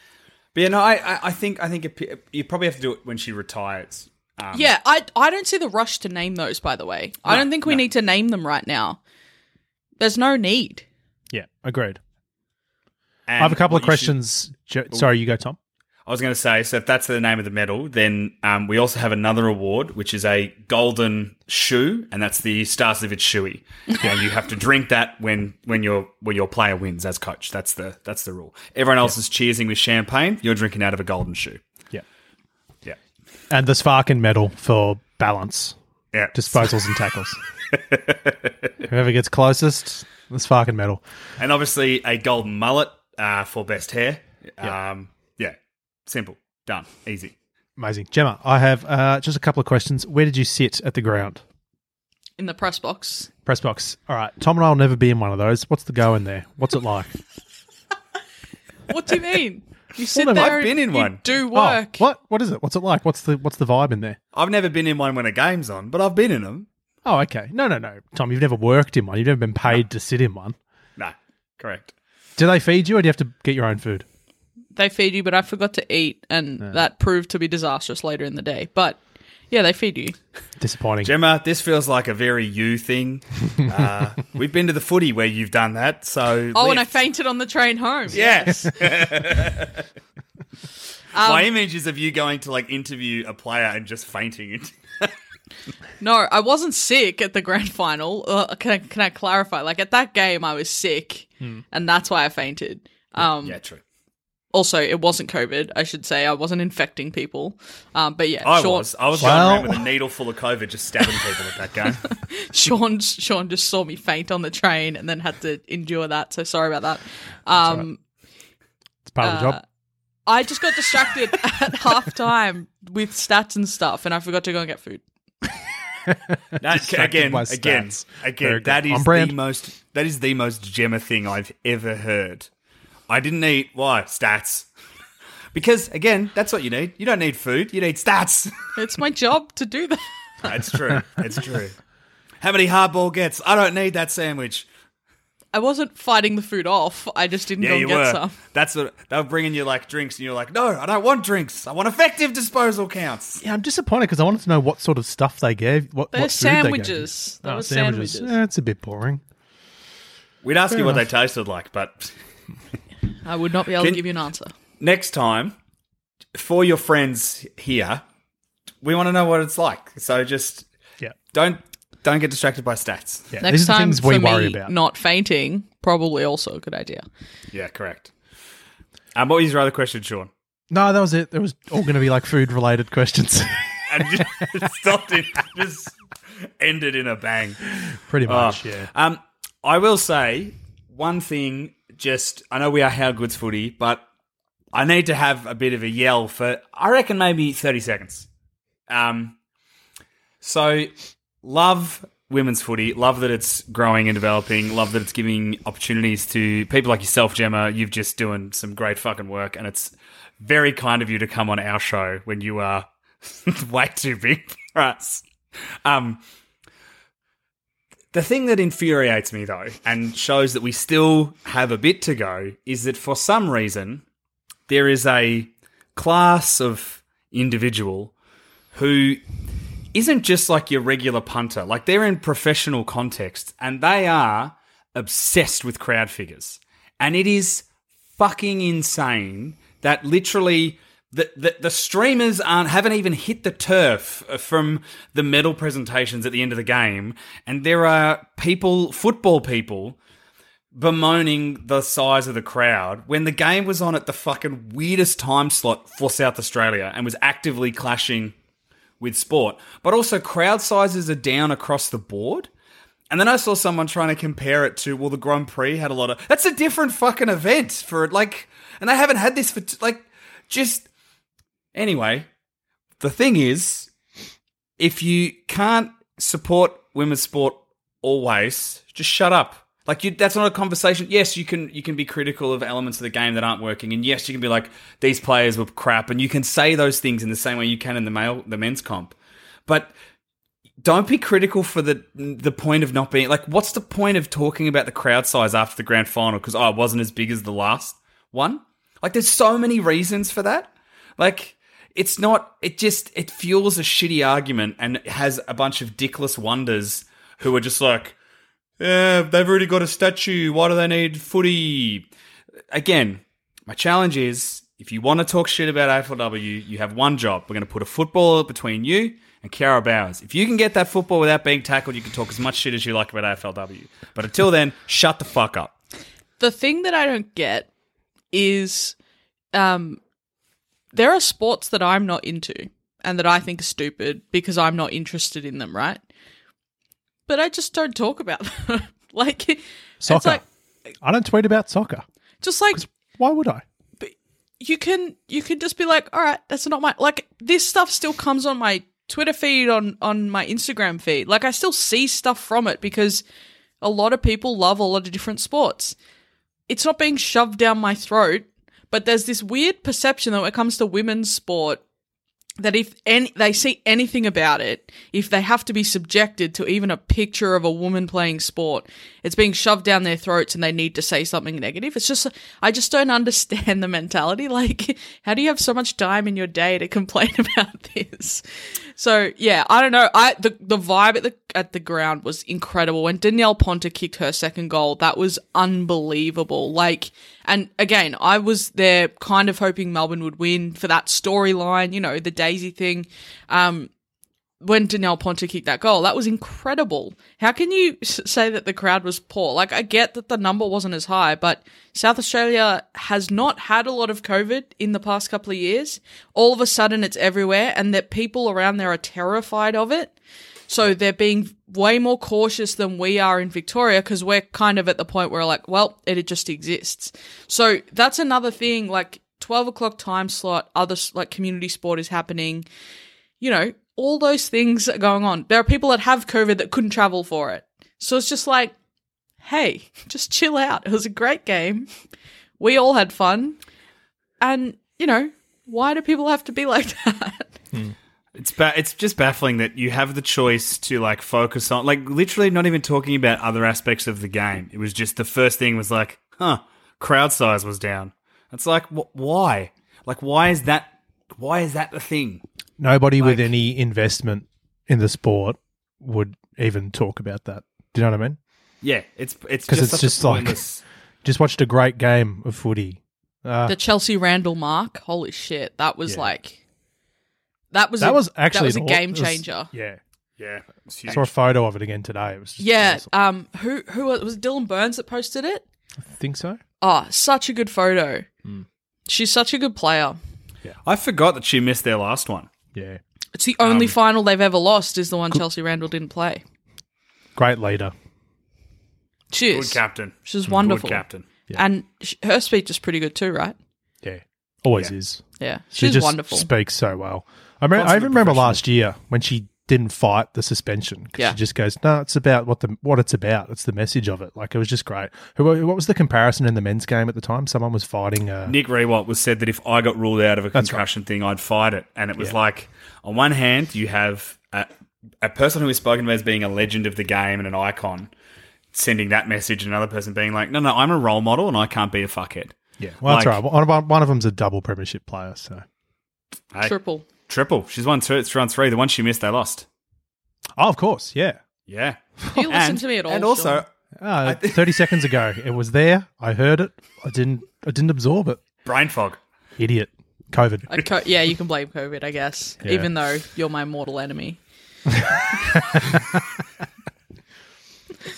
Speaker 4: but you know, I, I I think I think it, you probably have to do it when she retires.
Speaker 2: yeah, I I don't see the rush to name those. By the way, I don't think we need to name them right now. There's no need.
Speaker 5: Yeah, agreed.
Speaker 4: And
Speaker 5: I have a couple of
Speaker 4: what you should- Oh.
Speaker 5: questions. Jo- Sorry, you go, Tom.
Speaker 4: I was going to say, so if that's the name of the medal, then um, we also have another award, which is a golden shoe, and that's the Starcevich Shoey. and you have to drink that when when your when your player wins as coach. That's the that's the rule. Everyone else is cheersing with champagne. You're drinking out of a golden shoe.
Speaker 5: Yeah.
Speaker 4: Yeah,
Speaker 5: And the Sparkin medal for balance,
Speaker 4: yeah.
Speaker 5: disposals, and tackles. Whoever gets closest, the Sparkin medal.
Speaker 4: and obviously a golden mullet uh, for best hair. Um, yeah, simple, done, easy.
Speaker 5: Amazing. Gemma, I have uh, just a couple of questions. Where did you sit at the ground?
Speaker 2: In the press box,
Speaker 5: Press box. All right. Tom and I will never be in one of those. What's the go in there? What's it like?
Speaker 2: what do you mean? You sit
Speaker 5: Well, then
Speaker 2: there.
Speaker 4: I've
Speaker 2: and
Speaker 4: been in
Speaker 2: you
Speaker 4: one.
Speaker 2: Do
Speaker 5: Oh,
Speaker 2: work.
Speaker 5: what? What is it? What's it like? What's the What's the vibe in there?
Speaker 4: I've never been in one when a game's on, but I've been in them.
Speaker 5: Oh, okay. No, no, no. Tom, you've never worked in one. You've never been paid to sit in one.
Speaker 4: Nah, correct.
Speaker 5: Do they feed you, or do you have to get your own food?
Speaker 2: They feed you, but I forgot to eat, and that proved to be disastrous later in the day. But yeah, they feed you.
Speaker 5: Disappointing.
Speaker 4: Gemma, this feels like a very you thing. Uh, we've been to the footy where you've done that, so
Speaker 2: Oh, and I
Speaker 4: lift.
Speaker 2: fainted on the train home.
Speaker 4: yes.
Speaker 2: Um,
Speaker 4: My image is of you going to like interview a player and just fainting. It.
Speaker 2: No, I wasn't sick at the grand final. Uh, can I, can I clarify? Like at that game, I was sick,
Speaker 4: Hmm.
Speaker 2: and that's why I fainted. Um,
Speaker 4: Yeah, true.
Speaker 2: Also, it wasn't COVID. I should say I wasn't infecting people. Um, but yeah,
Speaker 4: I
Speaker 2: Sean,
Speaker 4: was. I was
Speaker 5: Well-
Speaker 4: going around with a needle full of COVID, just stabbing people at that game.
Speaker 2: Sean, Sean just saw me faint on the train and then had to endure that. So sorry about that. Um,
Speaker 5: It's part of the job.
Speaker 2: Uh, I just got distracted at half time with stats and stuff, and I forgot to go and get food.
Speaker 4: That, again,
Speaker 5: by
Speaker 4: again,
Speaker 5: stats. Very
Speaker 4: again.
Speaker 5: good.
Speaker 4: That
Speaker 5: On
Speaker 4: is the
Speaker 5: brand.
Speaker 4: most. That is the most Gemma thing I've ever heard. I didn't eat. Why stats? Because again, that's what you need. You don't need food. You need stats.
Speaker 2: It's my job to do that.
Speaker 4: It's true. It's true. How many hardball gets? I don't need that sandwich.
Speaker 2: I wasn't fighting the food off. I just didn't go and get some.
Speaker 4: That's what they were bringing you like drinks, and you're like, no, I don't want drinks. I want effective disposal counts.
Speaker 5: Yeah, I'm disappointed because I wanted to know what sort of stuff they gave. What,
Speaker 2: They're
Speaker 5: what food They gave.
Speaker 2: sandwiches. They
Speaker 5: Oh,
Speaker 2: were
Speaker 5: sandwiches.
Speaker 2: sandwiches.
Speaker 5: Yeah, it's a bit boring.
Speaker 4: We'd ask you what
Speaker 5: enough.
Speaker 4: they tasted like, but
Speaker 5: Eh.
Speaker 2: I would not be able
Speaker 4: Can-
Speaker 2: to give you an answer.
Speaker 4: next time for your friends here, we want to know what it's like. So just
Speaker 5: Yeah.
Speaker 4: don't don't get distracted by stats.
Speaker 5: Yeah,
Speaker 2: Next
Speaker 5: these are the
Speaker 2: time,
Speaker 5: things we
Speaker 2: for
Speaker 5: worry
Speaker 2: me,
Speaker 5: about.
Speaker 2: not fainting probably also a good idea.
Speaker 4: Yeah, correct. Um, what was your other question, Sean?
Speaker 5: no, that was it. There was all going to be like food related questions,
Speaker 4: And just stopped it. Just ended in a bang.
Speaker 5: pretty much.
Speaker 4: Oh.
Speaker 5: Yeah.
Speaker 4: Um, I will say one thing. Just I know we are how goods footy, but I need to have a bit of a yell for. I reckon maybe thirty seconds. Um, so love women's footy. Love that it's growing and developing. Love that it's giving opportunities to people like yourself, Gemma. You've just doing some great fucking work, and it's very kind of you to come on our show when you are way too big for us. Um, the thing that infuriates me though, and shows that we still have a bit to go, is that for some reason there is a class of individual who isn't just like your regular punter. Like they're in professional contexts and they are obsessed with crowd figures. And it is fucking insane that literally the, the, the streamers aren't haven't even hit the turf from the medal presentations at the end of the game. And there are people, football people, bemoaning the size of the crowd when the game was on at the fucking weirdest time slot for South Australia and was actively clashing with sport. But also, crowd sizes are down across the board. And then I saw someone trying to compare it to, well, the Grand Prix had a lot of. That's a different fucking event for it. Like, and they haven't had this for, t- like, just. Anyway, the thing is, if you can't support women's sport always, just shut up. Like you, that's not a conversation. Yes, you can you can be critical of elements of the game that aren't working, and yes, you can be like these players were crap, and you can say those things in the same way you can in the male the men's comp, but don't be critical for the the point of not being like. What's the point of talking about the crowd size after the grand final because oh, it wasn't as big as the last one? Like, there's so many reasons for that. Like, it's not. It just it fuels a shitty argument and has a bunch of dickless wonders who are just like. Yeah, they've already got a statue. Why do they need footy? Again, my challenge is if you want to talk shit about AFLW, you have one job. We're going to put a football between you and Kiara Bowers. If you can get that football without being tackled, you can talk as much shit as you like about AFLW. But until then, shut the fuck up.
Speaker 2: The thing that I don't get is um, there are sports that I'm not into and that I think are stupid because I'm not interested in them, right? but I just don't talk about them. like
Speaker 5: Soccer.
Speaker 2: it's like
Speaker 5: I don't tweet about soccer.
Speaker 2: just like
Speaker 5: Why would I?
Speaker 2: you can you can just be like, all right, that's not my like this stuff still comes on my Twitter feed on on my Instagram feed. Like I still see stuff from it because a lot of people love a lot of different sports. It's not being shoved down my throat, but there's this weird perception that when it comes to women's sport that if any they see anything about it, if they have to be subjected to even a picture of a woman playing sport, it's being shoved down their throats and they need to say something negative. It's just I just don't understand the mentality. Like, how do you have so much time in your day to complain about this? So yeah, I don't know. I the the vibe at the at the ground was incredible. When Danielle Ponta kicked her second goal, that was unbelievable. Like, and again, I was there kind of hoping Melbourne would win for that storyline. You know, the Daisy thing. Um, when Danielle Ponta kicked that goal, that was incredible. How can you s- say that the crowd was poor? Like, I get that the number wasn't as high, but South Australia has not had a lot of COVID in the past couple of years. All of a sudden, it's everywhere, and that people around there are terrified of it. So they're being way more cautious than we are in Victoria because we're kind of at the point where, like, well, it just exists. So that's another thing. Like, 12 o'clock time slot, other s- like community sport is happening you know, all those things are going on. There are people that have COVID that couldn't travel for it. So it's just like, hey, just chill out. It was a great game. We all had fun. And, you know, why do people have to be like that?
Speaker 4: It's ba- it's just baffling that you have the choice to like focus on like literally not even talking about other aspects of the game. It was just the first thing was like, huh, crowd size was down. It's like wh- why? Like why is that? Why is that the thing?
Speaker 5: Nobody with any investment in the sport would even talk about that. Do you know what I mean?
Speaker 4: Yeah, it's it's
Speaker 5: 'Cause
Speaker 4: just
Speaker 5: it's
Speaker 4: such a
Speaker 5: just like-
Speaker 4: pointless-
Speaker 5: Just watched a great game of footy. Uh.
Speaker 2: the Chelsea Randall mark, holy shit. That was like, that was,
Speaker 5: That
Speaker 2: a,
Speaker 5: was actually
Speaker 2: that was a
Speaker 5: an aw-
Speaker 2: game
Speaker 5: it was-
Speaker 2: changer.
Speaker 5: yeah,
Speaker 4: yeah. it's
Speaker 5: I
Speaker 4: huge.
Speaker 5: saw a photo of it again today. It was just
Speaker 2: Yeah.
Speaker 5: awesome.
Speaker 2: Um, who, who was, was it Dylan Burns that posted it?
Speaker 5: I think so.
Speaker 2: Oh, such a good photo.
Speaker 5: Hmm.
Speaker 2: She's such a good player.
Speaker 4: I forgot that she missed their last one.
Speaker 5: Yeah,
Speaker 2: It's the only
Speaker 4: Um,
Speaker 2: final they've ever lost is the one Chelsea Randall didn't play.
Speaker 5: great leader.
Speaker 2: Cheers.
Speaker 4: Good captain.
Speaker 2: She's wonderful.
Speaker 4: Good captain.
Speaker 2: And sh- her speech is pretty good too, right?
Speaker 5: Yeah, always is.
Speaker 2: Yeah.
Speaker 5: She
Speaker 2: She's
Speaker 5: just
Speaker 2: wonderful.
Speaker 5: speaks so well. I, remember, I
Speaker 4: Consummate
Speaker 5: even remember
Speaker 4: professional.
Speaker 5: last year when she didn't fight the suspension. 'cause
Speaker 2: Yeah.
Speaker 5: She just goes, no, it's about what the what it's about. It's the message of it. Like, it was just great. Who, what was the comparison in the men's game at the time? Someone was fighting. Uh,
Speaker 4: Nick Rewalt was said that if I got ruled out of a concussion thing, I'd fight it. And it was like, on one hand, you have a, a person who is spoken about as being a legend of the game and an icon sending that message, and another person being like, no, no, I'm a role model and I can't be a fuckhead.
Speaker 5: yeah. Well, that's
Speaker 4: like-
Speaker 5: right. One of, one of them's a double premiership player. So.
Speaker 4: Hey,
Speaker 2: Triple.
Speaker 4: triple. She's won two, it's run three. The one she missed, they lost.
Speaker 5: Oh, of course. Yeah.
Speaker 4: Yeah.
Speaker 2: Do you listen
Speaker 4: And-
Speaker 2: to me at all?
Speaker 4: And also,
Speaker 2: Oh, Sean?
Speaker 5: Uh, 30 seconds ago, it was there. I heard it. I didn't. I didn't absorb it.
Speaker 4: brain fog.
Speaker 5: Idiot. COVID.
Speaker 2: I co- yeah, you can blame COVID, I guess, even though you're my mortal enemy.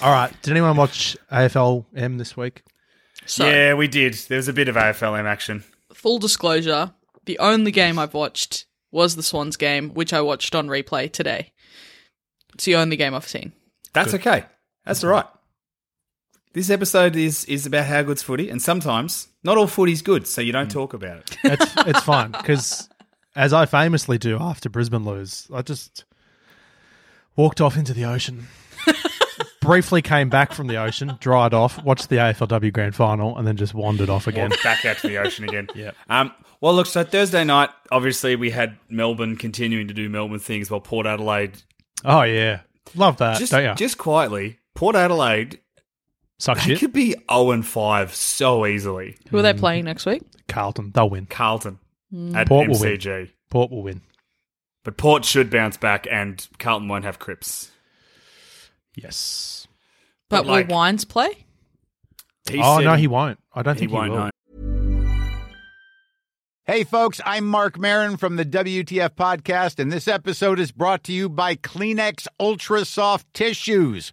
Speaker 5: All right. Did anyone watch AFLM this week?
Speaker 2: So,
Speaker 4: Yeah, we did. There was a bit of AFLM action.
Speaker 2: full disclosure, the only game I've watched was the Swans game, which I watched on replay today. It's the only game I've seen.
Speaker 4: That's okay. That's all right. This episode is is about how good's footy, and sometimes not all footy's good, so you
Speaker 5: Mm.
Speaker 4: don't talk about it.
Speaker 5: It's it's fine because, as I famously do after Brisbane lose, I just walked off into the ocean. Briefly came back from the ocean, dried off, watched the AFLW grand final, and then just wandered off again.
Speaker 4: Walked back out to the ocean again. yeah. Um, well, look. So Thursday night, obviously, we had Melbourne continuing to do Melbourne things, while Port Adelaide
Speaker 5: Oh yeah, love that.
Speaker 4: just
Speaker 5: Uh, don't you?
Speaker 4: just quietly, Port Adelaide
Speaker 5: Suck
Speaker 4: they
Speaker 5: shit.
Speaker 4: could be zero and five so easily.
Speaker 2: Who are they playing next week?
Speaker 5: Carlton, they'll win.
Speaker 4: Carlton
Speaker 5: Mm.
Speaker 4: at
Speaker 5: Port will win.
Speaker 4: MCG,
Speaker 5: Port will win.
Speaker 4: but Port should bounce back, and Carlton won't have Cripps.
Speaker 5: Yes.
Speaker 2: But,
Speaker 4: But, like-
Speaker 2: will Wines play?
Speaker 4: He
Speaker 5: oh
Speaker 4: said
Speaker 5: no, he won't. I don't
Speaker 4: he
Speaker 5: think he,
Speaker 4: won't.
Speaker 5: will.
Speaker 4: know.
Speaker 6: Hey, folks, I'm Mark Marin from the WTF Podcast, and this episode is brought to you by Kleenex Ultra Soft Tissues,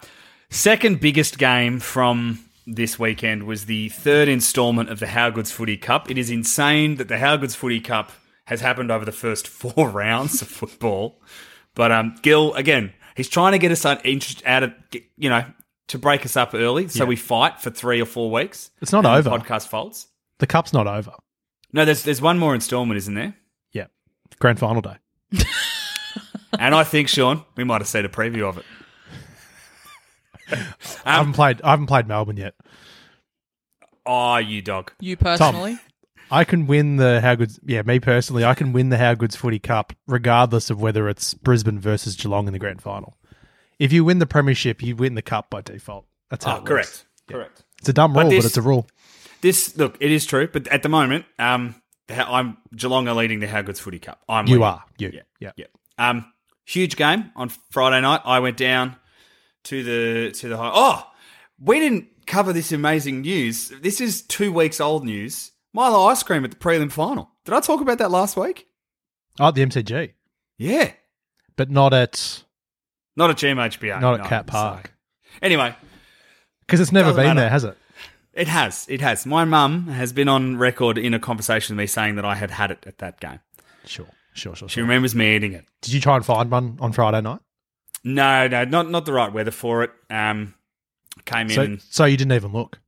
Speaker 4: second biggest game from this weekend was the third instalment of the How Goods Footy Cup. It is insane that the How Goods Footy Cup has happened over the first four rounds of football. But um, Gil, again, he's trying to get us out, interest- out of, you know, to break us up early so we fight for three or four weeks.
Speaker 5: It's not
Speaker 4: And the
Speaker 5: over.
Speaker 4: Podcast folds.
Speaker 5: The cup's not over.
Speaker 4: No, there's there's one more instalment, isn't there?
Speaker 5: Yeah. Grand final day.
Speaker 4: And I think, Sean, we might have seen a preview of it.
Speaker 5: I haven't played. I haven't played Melbourne yet.
Speaker 4: Oh, you dog.
Speaker 2: You personally?
Speaker 5: I can win the How Goods. Yeah, me personally, I can win the How Goods Footy Cup regardless of whether it's Brisbane versus Geelong in the grand final. If you win the premiership, you win the cup by default. That's how. it
Speaker 4: Oh,
Speaker 5: works.
Speaker 4: correct. Correct.
Speaker 5: It's a dumb
Speaker 4: But
Speaker 5: rule, but,
Speaker 4: this-
Speaker 5: it's a rule.
Speaker 4: This look, it is true, but at the moment, um, the- I'm Geelong are leading the How Good's Footy Cup. I'm
Speaker 5: You
Speaker 4: leading.
Speaker 5: are. You.
Speaker 4: Yeah.
Speaker 5: Yeah.
Speaker 4: Yeah. Um, huge game on Friday night. I went down to the to the high. Oh, we didn't cover this amazing news. This is two weeks old news. Milo ice cream at the prelim final. Did I talk about that last week?
Speaker 5: Oh, at the MCG,
Speaker 4: Yeah.
Speaker 5: but not at
Speaker 4: Not at GMHBA.
Speaker 5: not at
Speaker 4: no,
Speaker 5: Cat
Speaker 4: so-
Speaker 5: Park
Speaker 4: Anyway,
Speaker 5: because it's never
Speaker 4: Doesn't
Speaker 5: been
Speaker 4: matter.
Speaker 5: there, has it?
Speaker 4: It has. It has. My mum has been on record in a conversation with me saying that I had had it at that game.
Speaker 5: Sure. Sure. Sure.
Speaker 4: She
Speaker 5: Sure.
Speaker 4: remembers me eating it.
Speaker 5: Did you try and find one on Friday night?
Speaker 4: No, no, not not the right weather for it. Um, came in.
Speaker 5: So,
Speaker 4: and-
Speaker 5: so you didn't even look.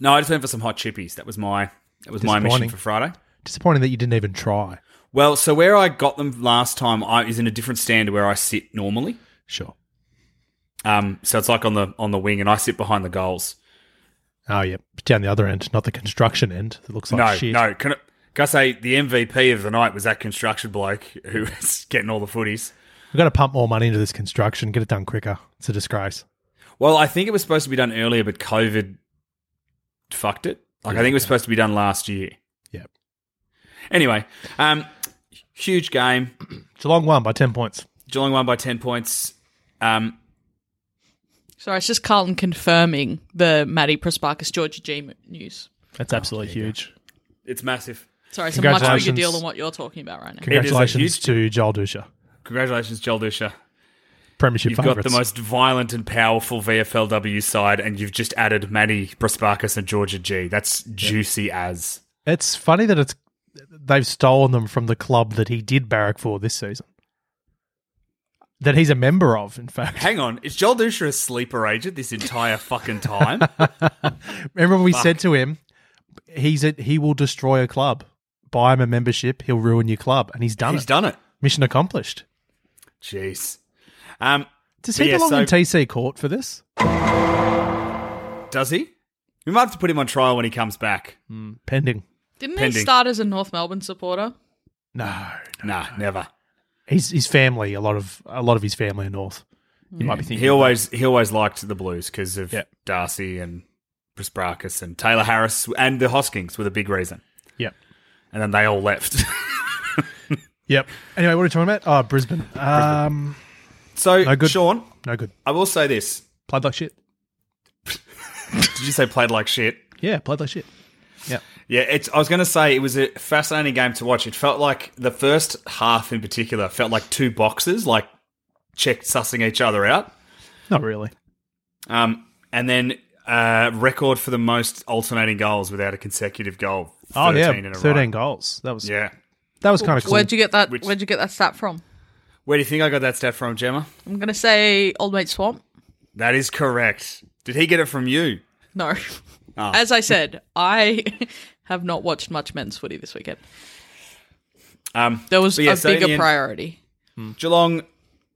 Speaker 4: no, I just went for some hot chippies. That was my that was my mission
Speaker 5: Disappointing.
Speaker 4: for Friday.
Speaker 5: Disappointing that you didn't even try.
Speaker 4: Well, so where I got them last time I is in a different stand to where I sit normally.
Speaker 5: Sure.
Speaker 4: Um, so it's like on the on the wing, and I sit behind the goals.
Speaker 5: Oh yeah, down the other end, not the construction end. It looks like
Speaker 4: no,
Speaker 5: shit.
Speaker 4: no. Can I, can I say the MVP of the night was that construction bloke who was getting all the footies?
Speaker 5: We've got to pump more money into this construction. Get it done quicker. It's a disgrace.
Speaker 4: Well, I think it was supposed to be done earlier, but COVID fucked it. Like I think it was supposed to be done last year.
Speaker 5: Yep.
Speaker 4: Anyway, um, huge game.
Speaker 5: Geelong won by ten points.
Speaker 4: Geelong won by ten points. Um,
Speaker 2: Sorry, it's just Carlton confirming the Matty Prasparkas Georgia G m- news.
Speaker 5: Oh,
Speaker 7: That's absolutely huge.
Speaker 4: it's massive.
Speaker 2: Sorry, it's a much bigger
Speaker 5: Congratulations.
Speaker 2: deal than what you're talking about right now.
Speaker 4: is a
Speaker 5: Congratulations
Speaker 4: huge-
Speaker 5: to Joel Dusha,
Speaker 4: Congratulations, Joel Dusha.
Speaker 5: premiership
Speaker 4: You've
Speaker 5: favourites.
Speaker 4: got the most violent and powerful VFLW side, and you've just added Matty Prasparkas and Georgia G. That's juicy as.
Speaker 5: It's funny that it's they've stolen them from the club that he did barrack for this season. That he's a member of, in fact.
Speaker 4: Hang on, is Joel Dusha a sleeper agent this entire fucking time?
Speaker 5: Remember when we said to him, he's a, he will destroy a club. Buy him a membership, he'll ruin your club, and he's done
Speaker 4: He's
Speaker 5: it.
Speaker 4: done it.
Speaker 5: Mission accomplished.
Speaker 4: Jeez. Um,
Speaker 5: Does
Speaker 4: but
Speaker 5: he
Speaker 4: yeah,
Speaker 5: belong
Speaker 4: so-
Speaker 5: in TC court for this?
Speaker 4: Does he? We might have to put him on trial when he comes back.
Speaker 5: Pending.
Speaker 2: Didn't
Speaker 4: Pending.
Speaker 2: he start as a North Melbourne supporter?
Speaker 5: No,
Speaker 4: Nah, never.
Speaker 5: his his family. A lot of a lot of his family are north. You might be thinking
Speaker 4: He always he always liked the Blues because of
Speaker 5: Yeah.
Speaker 4: Darcy and Prasparkas and Taylor Harris and the Hoskins were the big reason.
Speaker 5: Yep.
Speaker 4: And then they all left.
Speaker 5: Yep. Anyway, what are we talking about? Oh, Brisbane. Um,
Speaker 4: so,
Speaker 5: No good.
Speaker 4: Sean,
Speaker 5: no good.
Speaker 4: I will say this.
Speaker 5: Played like shit.
Speaker 4: Did you say played like shit?
Speaker 5: Yeah, played like shit.
Speaker 4: Yeah, it's, I was going to say it was a fascinating game to watch. It felt like the first half in particular felt like two boxes, like check sussing each other out.
Speaker 5: Not really.
Speaker 4: Um, and then uh, record for the most alternating goals without a consecutive goal.
Speaker 5: Oh yeah,
Speaker 4: in a row.
Speaker 5: thirteen goals. That was
Speaker 4: Yeah.
Speaker 5: that was kind of cool.
Speaker 2: Where'd you get that?
Speaker 4: Which-
Speaker 2: Where'd you get that stat from?
Speaker 4: Where do you think I got that stat from, Gemma?
Speaker 2: I'm gonna say Old Mate Swamp.
Speaker 4: That is correct. Did he get it from you?
Speaker 2: No,
Speaker 4: Ah.
Speaker 2: as I said, I have not watched much men's footy this weekend.
Speaker 4: Um,
Speaker 2: There was
Speaker 4: but yeah,
Speaker 2: a
Speaker 4: so in
Speaker 2: bigger
Speaker 4: the end,
Speaker 2: priority.
Speaker 4: Geelong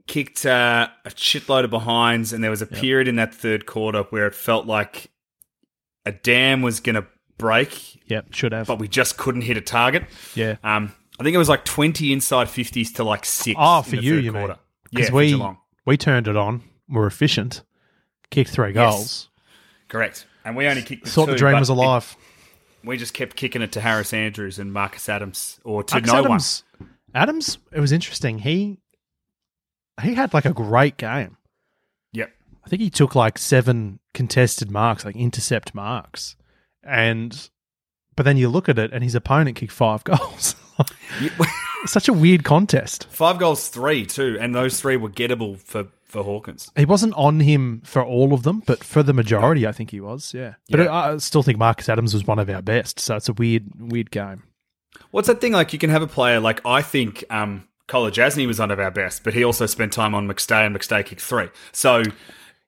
Speaker 4: kicked uh, a shitload of behinds, and there was a period in that third quarter where it felt like a dam was going to break,
Speaker 5: Yep, should have.
Speaker 4: but we just couldn't hit a target.
Speaker 5: yeah.
Speaker 4: Um, I think it was like 20 inside 50s to like six.
Speaker 5: Oh,
Speaker 4: in
Speaker 5: for
Speaker 4: the
Speaker 5: you,
Speaker 4: third
Speaker 5: you mean?
Speaker 4: quarter. Yeah, for
Speaker 5: we
Speaker 4: Geelong.
Speaker 5: we turned it on. We're efficient. Kicked three
Speaker 4: Yes.
Speaker 5: goals.
Speaker 4: Correct. And we only kicked the
Speaker 5: Thought
Speaker 4: two,
Speaker 5: the dream
Speaker 4: but
Speaker 5: was
Speaker 4: it-
Speaker 5: alive.
Speaker 4: we just kept kicking it to Harris Andrews and Marcus Adams, or to
Speaker 5: Marcus
Speaker 4: no
Speaker 5: Adams. Adams. It was interesting. He he had like a great game.
Speaker 4: one. Yep.
Speaker 5: I think he took like seven contested marks, like intercept marks, and but then you look at it and his opponent kicked five goals. Such a weird contest.
Speaker 4: Five goals, three too, and those three were gettable for for Hawkins.
Speaker 5: He wasn't on him for all of them, but for the majority, I think he was. Yeah, but
Speaker 4: Yeah.
Speaker 5: I I still think Marcus Adams was one of our best. So it's a weird, weird game.
Speaker 4: What's that thing like? You can have a player like I think um, Collar Jasny was one of our best, but he also spent time on McStay, and McStay kicked three. So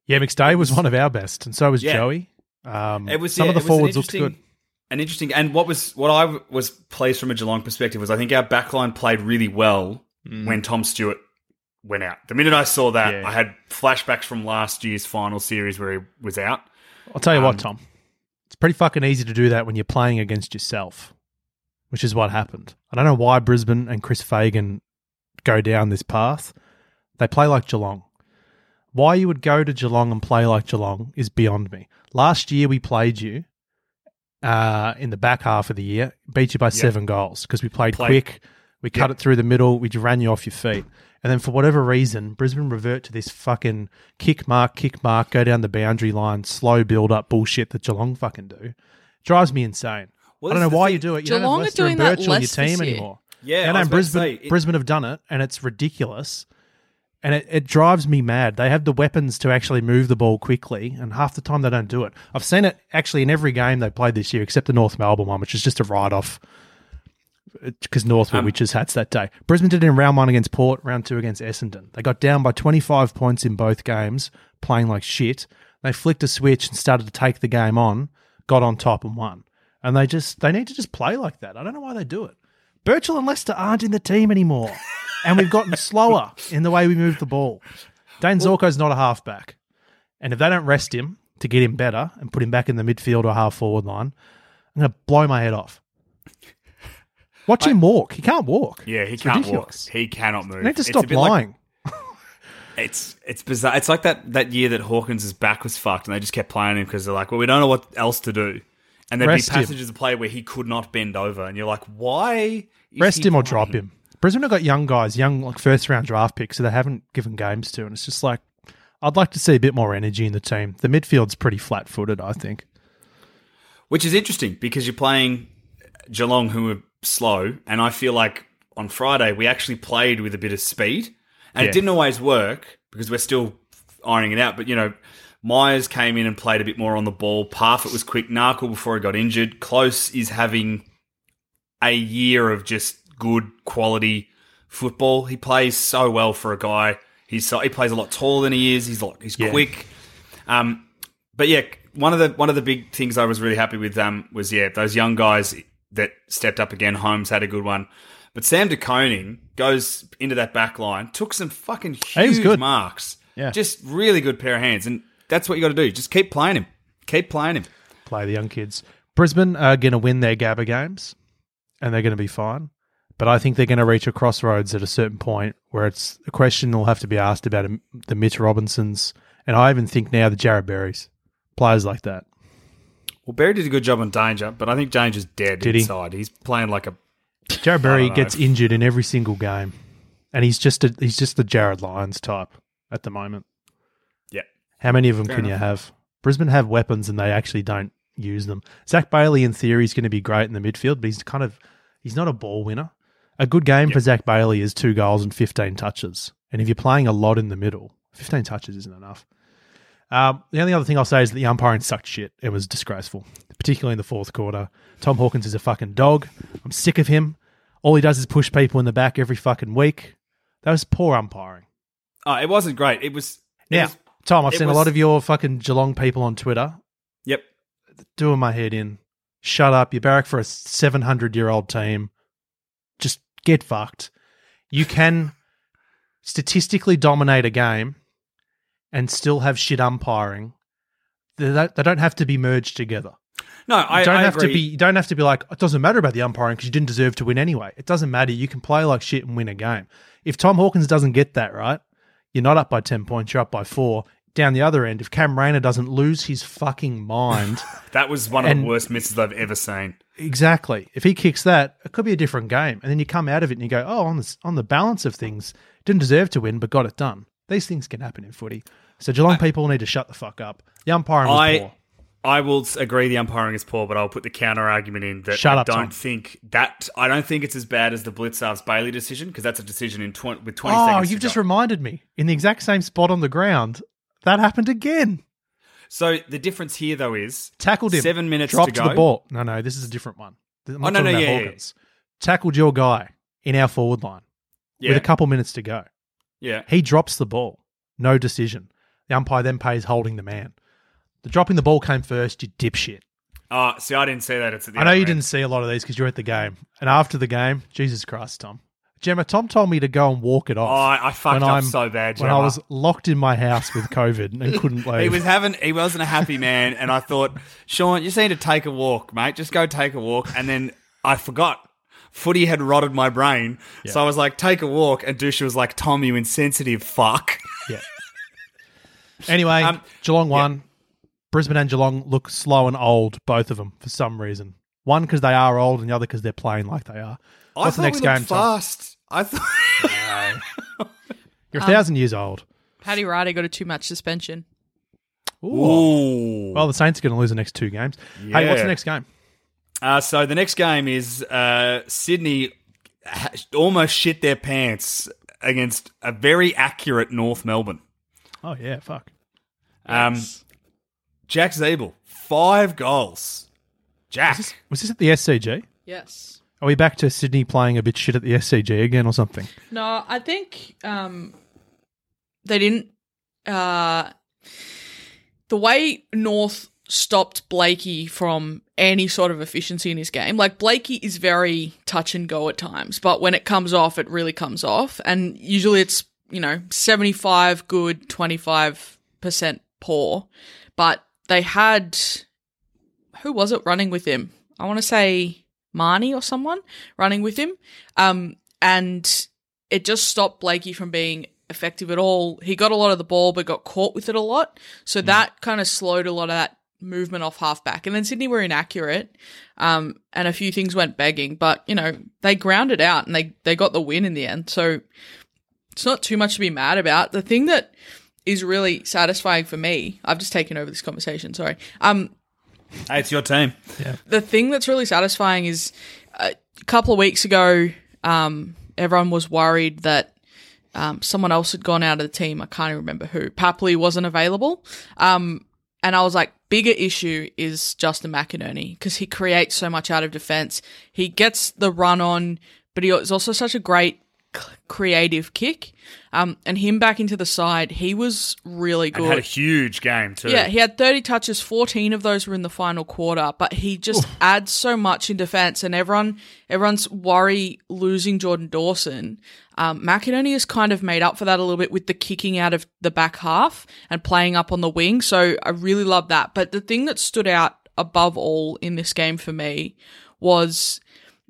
Speaker 5: Yeah, McStay was one of our best, and so was
Speaker 4: Yeah.
Speaker 5: Joey. Um,
Speaker 4: it was
Speaker 5: some
Speaker 4: yeah,
Speaker 5: of the
Speaker 4: it was an
Speaker 5: forwards looked
Speaker 4: interesting-
Speaker 5: good.
Speaker 4: An interesting and what was what I w- was pleased from a Geelong perspective was I think our backline played really well when Tom Stewart went out. The minute I saw that,
Speaker 5: Yeah.
Speaker 4: I had flashbacks from last year's final series where he was out.
Speaker 5: I'll tell you what, Tom. It's pretty fucking easy to do that when you're playing against yourself, which is what happened. I don't know why Brisbane and Chris Fagan go down this path. They play like Geelong. Why you would go to Geelong and play like Geelong is beyond me. Last year we played you uh, in the back half of the year, beat you by seven goals because we played
Speaker 4: Play-
Speaker 5: quick, we cut it through the middle, we ran you off your feet. And then for whatever reason, Brisbane revert to this fucking kick mark, kick mark, go down the boundary line, slow build up bullshit that Geelong fucking do. Drives me insane.
Speaker 4: Well,
Speaker 5: I don't
Speaker 4: that's
Speaker 5: know
Speaker 4: the
Speaker 5: why
Speaker 4: thing.
Speaker 5: you do it. You
Speaker 2: Geelong
Speaker 5: don't
Speaker 2: are
Speaker 5: have Lester and
Speaker 2: doing that
Speaker 5: Birchall on your
Speaker 2: less this
Speaker 5: team
Speaker 2: year.
Speaker 5: anymore.
Speaker 4: Yeah,
Speaker 5: and
Speaker 4: I was about to
Speaker 5: Brisbane,
Speaker 4: say, it-
Speaker 5: Brisbane have done it, and it's ridiculous. And it, it drives me mad. They have the weapons to actually move the ball quickly, and half the time they don't do it. I've seen it actually in every game they played this year, except the North Melbourne one, which is just a write off. because uh, North
Speaker 4: Um,
Speaker 5: were witches' hats that day. Brisbane did it in round one against Port, round two against Essendon. They got down by 25 points in both games, playing like shit. They flicked a switch and started to take the game on, got on top and won. And they just they need to just play like that. I don't know why they do it. Birchall and Lester aren't in the team anymore, and we've gotten slower in the way we move the ball. Dane Zorko's not a halfback, and if they don't rest him to get him better and put him back in the midfield or half forward line, I'm going to blow my head off. Watch him walk. He can't walk.
Speaker 4: Yeah, he
Speaker 5: It's
Speaker 4: can't
Speaker 5: ridiculous.
Speaker 4: walk. He cannot move.
Speaker 5: They need to
Speaker 4: It's a
Speaker 5: stop
Speaker 4: bit like-
Speaker 5: lying.
Speaker 4: It's it's bizarre. It's like that that year that Hawkins' back was fucked, and they just kept playing him because they're like, well, we don't know what else to do. And there'd
Speaker 5: Rest
Speaker 4: be
Speaker 5: him.
Speaker 4: passages of play where he could not bend over, and you're like, why? is
Speaker 5: Rest
Speaker 4: he
Speaker 5: him or
Speaker 4: playing?
Speaker 5: drop him. Brisbane have got young guys, young like first round draft picks, so they haven't given games to, and it's just like I'd like to see a bit more energy in the team. The midfield's pretty flat footed, I think.
Speaker 4: Which is interesting because you're playing Geelong, who were slow, and I feel like on Friday we actually played with a bit of speed, and
Speaker 5: Yeah.
Speaker 4: it didn't always work because we're still ironing it out. But you know, Myers came in and played a bit more on the ball. Parfitt was quick. Narkle before he got injured. Close is having a year of just good quality football. He plays so well for a guy. He's so, he plays a lot taller than he is. He's a lot, he's
Speaker 5: Yeah.
Speaker 4: quick. Um, but yeah, one of the one of the big things I was really happy with um was yeah those young guys that stepped up again. Holmes had a good one, but Sam DeConing goes into that back line, took some fucking
Speaker 5: He was
Speaker 4: huge
Speaker 5: good.
Speaker 4: marks.
Speaker 5: Yeah.
Speaker 4: just really good pair of hands, and that's what you got to do. Just keep playing him, keep playing him.
Speaker 5: Play the young kids. Brisbane are going to win their Gabba games, and they're going to be fine. But I think they're going to reach a crossroads at a certain point where it's a question will have to be asked about um, the Mitch Robinsons, and I even think now the Jared Berries, players like that.
Speaker 4: Well, Barry did a good job on Danger, but I think Danger's dead
Speaker 5: Did he?
Speaker 4: inside. He's playing like a
Speaker 5: Jared Berry
Speaker 4: know.
Speaker 5: gets injured in every single game, and he's just a, he's just the Jared Lyons type at the moment.
Speaker 4: yeah.
Speaker 5: How many of them
Speaker 4: Fair
Speaker 5: can you
Speaker 4: enough.
Speaker 5: have? Brisbane have weapons and they actually don't use them. Zach Bailey, in theory, is going to be great in the midfield, but he's kind of he's not a ball winner. A good game for Zach Bailey is two goals and fifteen touches, and if you're playing a lot in the middle, fifteen touches isn't enough. Um, the only other thing I'll say is that the umpiring sucked shit. It was disgraceful, particularly in the fourth quarter. Tom Hawkins is a fucking dog. I'm sick of him. All he does is push people in the back every fucking week. That was poor umpiring.
Speaker 4: Oh, it wasn't great. It was. it
Speaker 5: Now,
Speaker 4: was-
Speaker 5: Tom, I've
Speaker 4: it
Speaker 5: seen a
Speaker 4: was-
Speaker 5: lot of your fucking Geelong people on Twitter
Speaker 4: Yep.
Speaker 5: doing my head in. Shut up. You barrack for a 700 year old team. Just get fucked. You can statistically dominate a game and still have shit umpiring. They don't they don't have to be merged together.
Speaker 4: No, I
Speaker 5: You don't
Speaker 4: I
Speaker 5: have to
Speaker 4: agree.
Speaker 5: be. You don't have to be like it doesn't matter about the umpiring because you didn't deserve to win anyway. It doesn't matter. You can play like shit and win a game. If Tom Hawkins doesn't get that right, you're not up by ten points. You're up by four. Down the other end, if Cam Rayner doesn't lose his fucking mind,
Speaker 4: That was one of
Speaker 5: and-
Speaker 4: the worst misses I've ever seen.
Speaker 5: Exactly. If he kicks that, it could be a different game. And then you come out of it and you go, oh, on the, on the balance of things, didn't deserve to win, but got it done. These things can happen in footy. So Geelong people need to shut the fuck up. The umpiring was
Speaker 4: I
Speaker 5: poor.
Speaker 4: I will s- agree the umpiring is poor, but I'll put the counter argument in that
Speaker 5: Shut
Speaker 4: I
Speaker 5: up,
Speaker 4: don't
Speaker 5: Tom.
Speaker 4: think that I don't think it's as bad as the Blitzarves Bailey decision because that's a decision in twen- with twenty
Speaker 5: Oh,
Speaker 4: seconds. to
Speaker 5: you've just
Speaker 4: go.
Speaker 5: reminded me. In the exact same spot on the ground, that happened again.
Speaker 4: so the difference here though is
Speaker 5: Tackled him.
Speaker 4: Seven minutes
Speaker 5: Dropped
Speaker 4: to go.
Speaker 5: the ball. No, no, this is a different one. I'm not
Speaker 4: Oh, no,
Speaker 5: talking
Speaker 4: no,
Speaker 5: about
Speaker 4: yeah, yeah,
Speaker 5: Hawkins. Tackled your guy in our forward line
Speaker 4: Yeah,
Speaker 5: with a couple minutes to go.
Speaker 4: yeah.
Speaker 5: He drops the ball. No decision. The umpire then pays holding the man. The dropping the ball came first, you dipshit.
Speaker 4: Uh, see, I didn't say that. It's at the
Speaker 5: I know
Speaker 4: other
Speaker 5: you
Speaker 4: end.
Speaker 5: didn't see a lot of these because you were at the game. And after the game, Jesus Christ, Tom. Gemma, Tom told me to go and walk it off.
Speaker 4: Oh, I- I fucked
Speaker 5: when
Speaker 4: up
Speaker 5: I'm-
Speaker 4: so bad,
Speaker 5: When I
Speaker 4: Gemma.
Speaker 5: was locked in my house with COVID and couldn't leave.
Speaker 4: He was having. He wasn't a happy man, and I thought, Sean, you just need to take a walk, mate. Just go take a walk, and then I forgot. Footy had rotted my brain, so I was like, take a walk. And Dusha was like, Tom, you insensitive fuck.
Speaker 5: Yeah. Anyway,
Speaker 4: Um,
Speaker 5: Geelong won. Brisbane and Geelong look slow and old, both of them, for some reason. One because they are old, and the other because they're playing like they are. What's the
Speaker 4: I thought
Speaker 5: next
Speaker 4: we looked
Speaker 5: game, Tom?
Speaker 4: Fast. I thought.
Speaker 5: You're a thousand years old.
Speaker 2: Paddy Ryder got a two match suspension.
Speaker 4: Ooh.
Speaker 5: Well, the Saints are going to lose the next two games. Hey, what's
Speaker 4: Yeah.
Speaker 5: the next game?
Speaker 4: Uh, so the next game is uh, Sydney ha- almost shit their pants against a very accurate North Melbourne.
Speaker 5: Oh yeah, fuck.
Speaker 4: Um, Jack Zabel, five goals. Jack.
Speaker 5: Was this at the SCG?
Speaker 2: Yes.
Speaker 5: Are we back to Sydney playing a bit shit at the SCG again or something?
Speaker 2: No, I think um, they didn't. Uh, the way North stopped Blakey from any sort of efficiency in his game, like Blakey is very touch and go at times, but when it comes off, it really comes off. And usually it's, you know, 75 good, 25% poor. But they had. Who was it running with him? I want to say Marnie or someone running with him. Um, and it just stopped Blakey from being effective at all. He got a lot of the ball, but got caught with it a lot. So that kind of slowed a lot of that movement off halfback. And then Sydney were inaccurate, um, and a few things went begging. But you know they grounded out and they they got the win in the end. So it's not too much to be mad about. The thing that is really satisfying for me, I've just taken over this conversation. Sorry. Um,
Speaker 4: Hey, it's your team.
Speaker 2: the thing that's really satisfying is uh, a couple of weeks ago, um, everyone was worried that um, someone else had gone out of the team. I can't even remember who. Papley wasn't available. Um, and I was like, bigger issue is Justin McInerney because he creates so much out of defense. He gets the run on, but he is also such a great c- creative kick. Um, and him back into the side, he was really good.
Speaker 4: And had a huge game too.
Speaker 2: Yeah, he had 30 touches. 14 of those were in the final quarter, but he just adds so much in defense. And everyone, everyone's worry losing Jordan Dawson. Um, McInerney has kind of made up for that a little bit with the kicking out of the back half and playing up on the wing. So I really love that. But the thing that stood out above all in this game for me was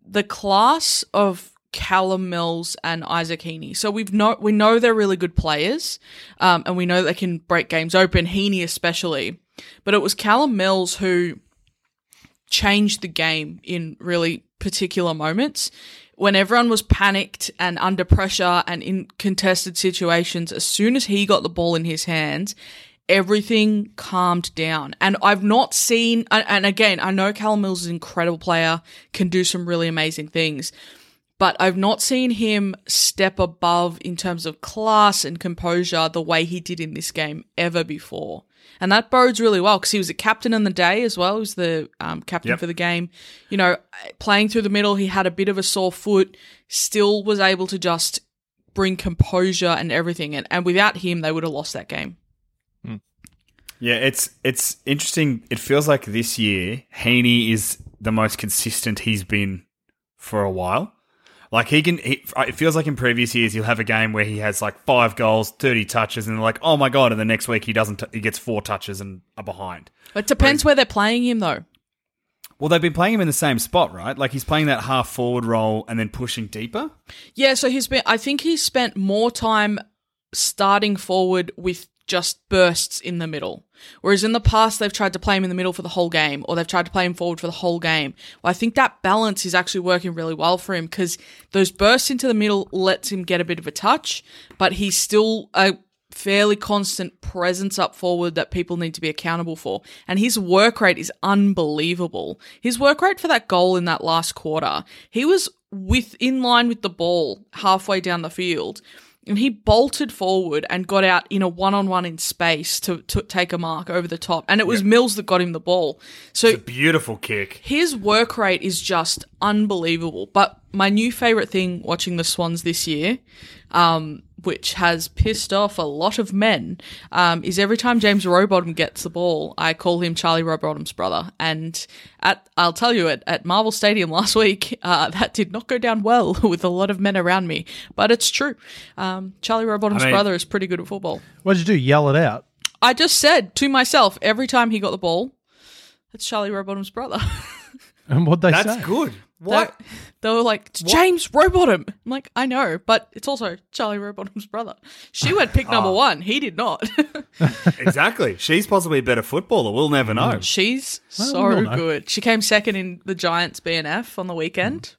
Speaker 2: the class of Callum Mills and Isaac Heaney. So we've know we know they're really good players, um, and we know they can break games open. Heaney especially, but it was Callum Mills who changed the game in really particular moments. When everyone was panicked and under pressure and in contested situations, as soon as he got the ball in his hands, everything calmed down. And I've not seen, and- and again, I know Callum Mills is an incredible player, can do some really amazing things, but I've not seen him step above in terms of class and composure the way he did in this game ever before. And that bodes really well because he was a captain in the day as well. He was the um, captain
Speaker 4: Yep.
Speaker 2: for the game. You know, playing through the middle, he had a bit of a sore foot, still was able to just bring composure and everything. And, and without him, they would have lost that game.
Speaker 4: Yeah, it's it's interesting. It feels like this year Heaney is the most consistent he's been for a while. Like he can, he, it feels like in previous years he'll have a game where he has like five goals, thirty touches, and they're like, oh my god! And the next week he doesn't, t- he gets four touches and are behind.
Speaker 2: It depends where they're playing him, though.
Speaker 4: Well, they've been playing him in the same spot, right? Like he's playing that half forward role and then pushing deeper.
Speaker 2: Yeah, so he's been. I think he's spent more time starting forward with just bursts in the middle. Whereas in the past, they've tried to play him in the middle for the whole game, or they've tried to play him forward for the whole game. Well, I think that balance is actually working really well for him because those bursts into the middle lets him get a bit of a touch, but he's still uh, a fairly constant presence up forward that people need to be accountable for. And his work rate is unbelievable. His work rate for that goal in that last quarter, he was with in line with the ball halfway down the field. And he bolted forward and got out in a one on one in space to, to take a mark over the top. And it was Mills that got him the ball. So
Speaker 4: Beautiful kick.
Speaker 2: his work rate is just unbelievable. But my new favorite thing watching the Swans this year, um, which has pissed off a lot of men, um, is every time James Rowbottom gets the ball, I call him Charlie Rowbottom's brother. And at I'll tell you, at, at Marvel Stadium last week, uh, that did not go down well with a lot of men around me. But it's true. Um, Charlie Rowbottom's
Speaker 4: I mean-
Speaker 2: brother is pretty good at football.
Speaker 5: What'd you do? Yell it out.
Speaker 2: I just said to myself every time he got the ball, that's Charlie Rowbottom's brother.
Speaker 5: And what'd they
Speaker 4: That's
Speaker 5: say?
Speaker 4: good. What?
Speaker 2: They, they were like, "It's James Rowbottom. I'm like, I know, but it's also Charlie Rowbottom's brother. She went pick number one. He did not.
Speaker 4: exactly. She's possibly a better footballer. We'll never know.
Speaker 2: Mm. She's
Speaker 5: Well,
Speaker 2: so
Speaker 5: we'll know.
Speaker 2: good. She came second in the Giants BNF on the weekend.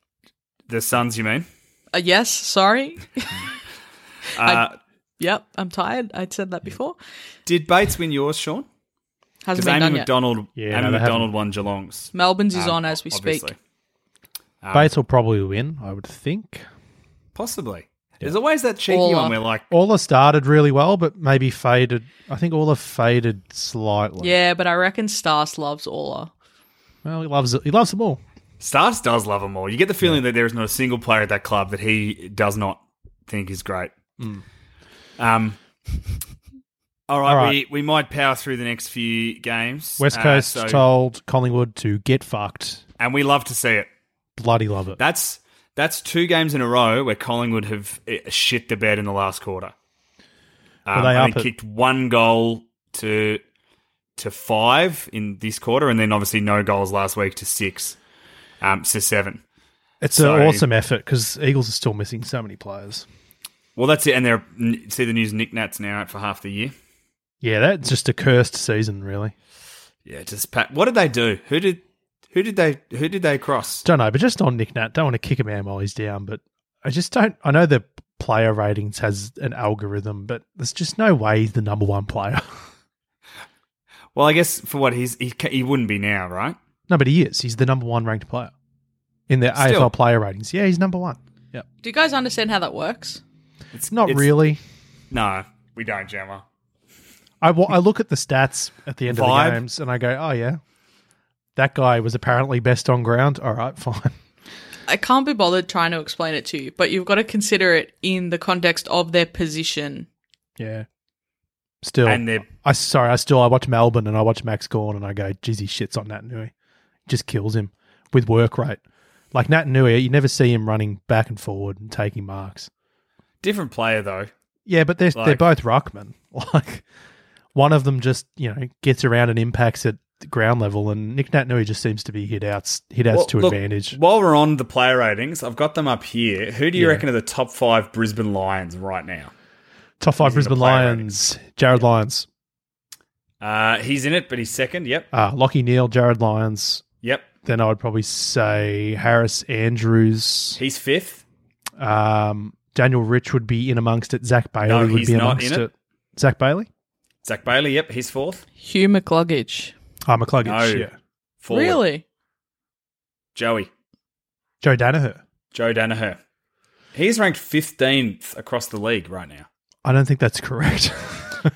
Speaker 4: The Suns, you mean?
Speaker 2: Uh, yes, sorry.
Speaker 4: Uh,
Speaker 2: yep, I'm tired. I said that before.
Speaker 4: did Bates win yours, Sean?
Speaker 2: Hasn't
Speaker 4: Because
Speaker 2: been
Speaker 4: Amy
Speaker 2: done
Speaker 4: McDonald,
Speaker 5: Yeah,
Speaker 4: Amy
Speaker 5: no, they
Speaker 4: McDonald
Speaker 5: haven't.
Speaker 4: won Geelong's.
Speaker 2: yet. Melbourne's is
Speaker 4: Um,
Speaker 2: on as we
Speaker 4: obviously.
Speaker 2: speak.
Speaker 5: Bates will probably win, I would think.
Speaker 4: Possibly. There's always that cheeky
Speaker 2: Or-
Speaker 4: one where like
Speaker 5: Orla started really well, but maybe faded. I think Orla faded slightly.
Speaker 2: Yeah, but I reckon Stars loves Orla.
Speaker 5: Well, he loves it. He loves them all.
Speaker 4: Starks does love them all. You get the feeling that there is not a single player at that club that he does not think is great. Um, all right,
Speaker 5: Mm. All right.
Speaker 4: We, we might power through the next few games.
Speaker 5: West
Speaker 4: Uh,
Speaker 5: Coast
Speaker 4: so-
Speaker 5: told Collingwood to get fucked.
Speaker 4: and we love to see it.
Speaker 5: Bloody love it.
Speaker 4: That's that's two games in a row where Collingwood have eh, shit the bed in the last quarter. Um,
Speaker 5: Were they
Speaker 4: I
Speaker 5: up
Speaker 4: think
Speaker 5: at-
Speaker 4: kicked one goal to to five in this quarter, and then obviously no goals last week to six, um, to seven.
Speaker 5: It's an
Speaker 4: So-
Speaker 5: awesome effort because Eagles are still missing so many players.
Speaker 4: Well, that's it, and they're n- see the news Nick Nats now out for half the year.
Speaker 5: Yeah, that's just a cursed season, really.
Speaker 4: Yeah, just pat. What did they do? Who did who did they who did they cross?
Speaker 5: Don't know, but just on Nick Nat, don't want to kick a man while he's down, but I just don't. I know the player ratings has an algorithm, but there's just no way he's the number one player.
Speaker 4: Well, I guess for what he's he, ca- he wouldn't be now, right?
Speaker 5: no, but he is. He's the number one ranked player in the
Speaker 4: Still.
Speaker 5: AFL player ratings. Yeah, he's number one. Yeah,
Speaker 2: Do you guys understand how that works?
Speaker 5: it's not really.
Speaker 4: No, we don't, Gemma.
Speaker 5: I wa- I look at the stats at the end of
Speaker 4: Vibe.
Speaker 5: the games and I go, oh yeah, that guy was apparently best on ground. All right, fine.
Speaker 2: I can't be bothered trying to explain it to you, but you've got to consider it in the context of their position.
Speaker 5: Yeah. Still,
Speaker 4: And they're-
Speaker 5: I sorry, I still I watch Melbourne and I watch Max Gorn and I go, geez, he shits on Nat Nui, just kills him with work rate. Like Nat Nui, you never see him running back and forward and taking marks.
Speaker 4: Different player though.
Speaker 5: Yeah, but they're they're
Speaker 4: Like-
Speaker 5: both ruckmen. Like one of them just you know gets around and impacts at the ground level, and Nick Nat Nui just seems to be hit outs hit outs
Speaker 4: Well,
Speaker 5: to
Speaker 4: look,
Speaker 5: advantage.
Speaker 4: While we're on the player ratings, I've got them up here. Who do you
Speaker 5: Yeah.
Speaker 4: reckon are the top five Brisbane Lions right now?
Speaker 5: Top five
Speaker 4: he's in the
Speaker 5: Brisbane
Speaker 4: player
Speaker 5: Lions: Jared Lyons,
Speaker 4: Uh, he's in it, but he's second. Yep.
Speaker 5: uh, Lockie Neal, Jared Lyons.
Speaker 4: Yep.
Speaker 5: Then I would probably say Harris Andrews.
Speaker 4: He's fifth.
Speaker 5: Um, Daniel Rich would be in amongst it. Zach Bailey
Speaker 4: No,
Speaker 5: would
Speaker 4: he's
Speaker 5: be
Speaker 4: not
Speaker 5: amongst
Speaker 4: in it.
Speaker 5: it. Zach Bailey?
Speaker 4: Zach Bailey. Yep. He's fourth.
Speaker 2: Hugh McLuggage.
Speaker 5: Ah, McCluggage.
Speaker 4: No.
Speaker 5: Yeah.
Speaker 4: Forward.
Speaker 2: Really?
Speaker 4: Joey.
Speaker 5: Joe Danaher.
Speaker 4: Joe Danaher. He's ranked 15th across the league right now.
Speaker 5: I don't think that's correct.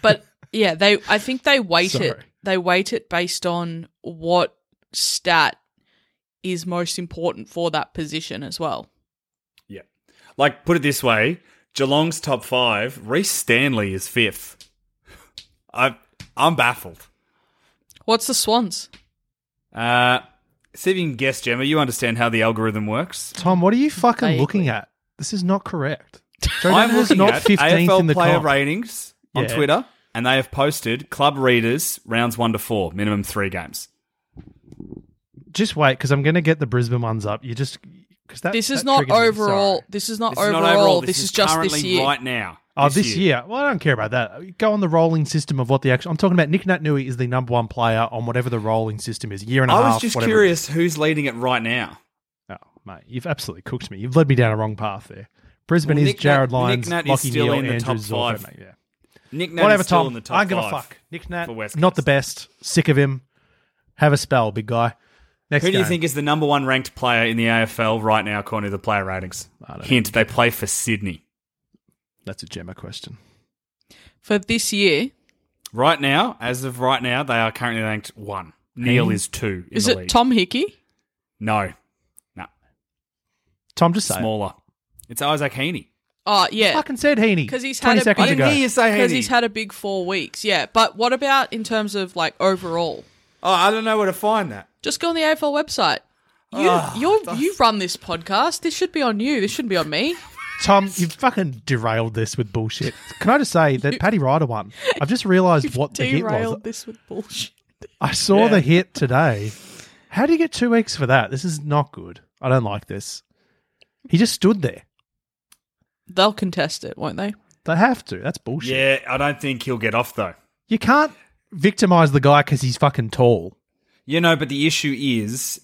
Speaker 2: But yeah, they I think they weight it.
Speaker 5: Sorry.
Speaker 2: They weight it based on what stat is most important for that position as well.
Speaker 4: Yeah. Like, put it this way Geelong's top five, Reece Stanley is fifth. I, I'm baffled.
Speaker 2: What's the Swans?
Speaker 4: Uh, see if you can guess, Gemma. You understand how the algorithm works.
Speaker 5: Tom, what are you fucking
Speaker 2: Vaguely.
Speaker 5: looking at? This is not correct. Joe
Speaker 4: I'm
Speaker 5: Danaher's
Speaker 4: looking
Speaker 5: not
Speaker 4: at
Speaker 5: 15th
Speaker 4: AFL
Speaker 5: in the
Speaker 4: player
Speaker 5: comp.
Speaker 4: ratings on
Speaker 5: Yeah.
Speaker 4: Twitter, and they have posted club readers rounds one to four, minimum three games.
Speaker 5: Just wait, because I'm going to get the Brisbane ones up. You just. Cause that,
Speaker 2: This
Speaker 5: that
Speaker 2: is not
Speaker 5: triggers me.
Speaker 2: overall.
Speaker 5: Sorry.
Speaker 2: This is not
Speaker 4: This is
Speaker 2: overall.
Speaker 4: not overall.
Speaker 2: This, is, just
Speaker 4: currently
Speaker 2: this year.
Speaker 4: right now.
Speaker 5: Oh, this, year. Well, I don't care about that. Go on the rolling system of what the actual. I'm talking about Nick Natnui is the number one player on whatever the rolling system is. Year and a
Speaker 4: I
Speaker 5: half.
Speaker 4: was just
Speaker 5: whatever it
Speaker 4: curious who's leading it right now.
Speaker 5: Oh, mate, you've absolutely cooked me. You've led me down a wrong path there. Brisbane
Speaker 4: Well,
Speaker 5: is
Speaker 4: Nick Nat-
Speaker 5: Jared
Speaker 4: Nick
Speaker 5: Lyons,
Speaker 4: Nat is
Speaker 5: Lockie
Speaker 4: still
Speaker 5: Neal,
Speaker 4: in the top
Speaker 5: Andrews, Zorko,
Speaker 4: five.
Speaker 5: mate, yeah.
Speaker 4: Nick Nat
Speaker 5: Whatever,
Speaker 4: is still
Speaker 5: Tom.
Speaker 4: in the top
Speaker 5: I don't give a
Speaker 4: five.
Speaker 5: fuck. Nick Nat,
Speaker 4: for West
Speaker 5: not the
Speaker 4: Coast.
Speaker 5: best. Sick of him. Have a spell, big guy. Next
Speaker 4: Who do you
Speaker 5: game.
Speaker 4: think is the number one ranked player in the AFL right now, according to the player ratings?
Speaker 5: I don't
Speaker 4: Hint: They play for Sydney
Speaker 5: That's a Gemma question.
Speaker 2: For this year,
Speaker 4: right now. As of right now, they are currently ranked one. Neil is two. In
Speaker 2: is
Speaker 4: the
Speaker 2: it
Speaker 4: league.
Speaker 2: Tom Hickey?
Speaker 4: No, no,
Speaker 5: Tom, just say it.
Speaker 4: smaller. It's Isaac Heaney.
Speaker 2: Oh yeah,
Speaker 5: Fucking said Heaney.
Speaker 2: because he's
Speaker 5: 20
Speaker 2: had a
Speaker 5: seconds
Speaker 2: big,
Speaker 5: ago.
Speaker 4: Heaney is so
Speaker 2: because
Speaker 4: Heaney.
Speaker 2: he's had a big four weeks. Yeah, but what about in terms of like overall?
Speaker 4: Oh, I don't know where to find that.
Speaker 2: Just go on the AFL website. You
Speaker 4: Ah,
Speaker 2: you're, you run this podcast. This should be on you. This shouldn't be on me.
Speaker 5: Tom, you've fucking derailed this with bullshit. Can I just say that Paddy Ryder won? I've just realised what the hit was.
Speaker 2: Derailed this with bullshit.
Speaker 5: I saw
Speaker 4: Yeah.
Speaker 5: the hit today. How do you get two weeks for that? This is not good. I don't like this. He just stood there.
Speaker 2: They'll contest it, won't they?
Speaker 5: They have to. That's bullshit.
Speaker 4: Yeah, I don't think he'll get off though.
Speaker 5: You can't victimize the guy because he's fucking tall.
Speaker 4: You know, but the issue is,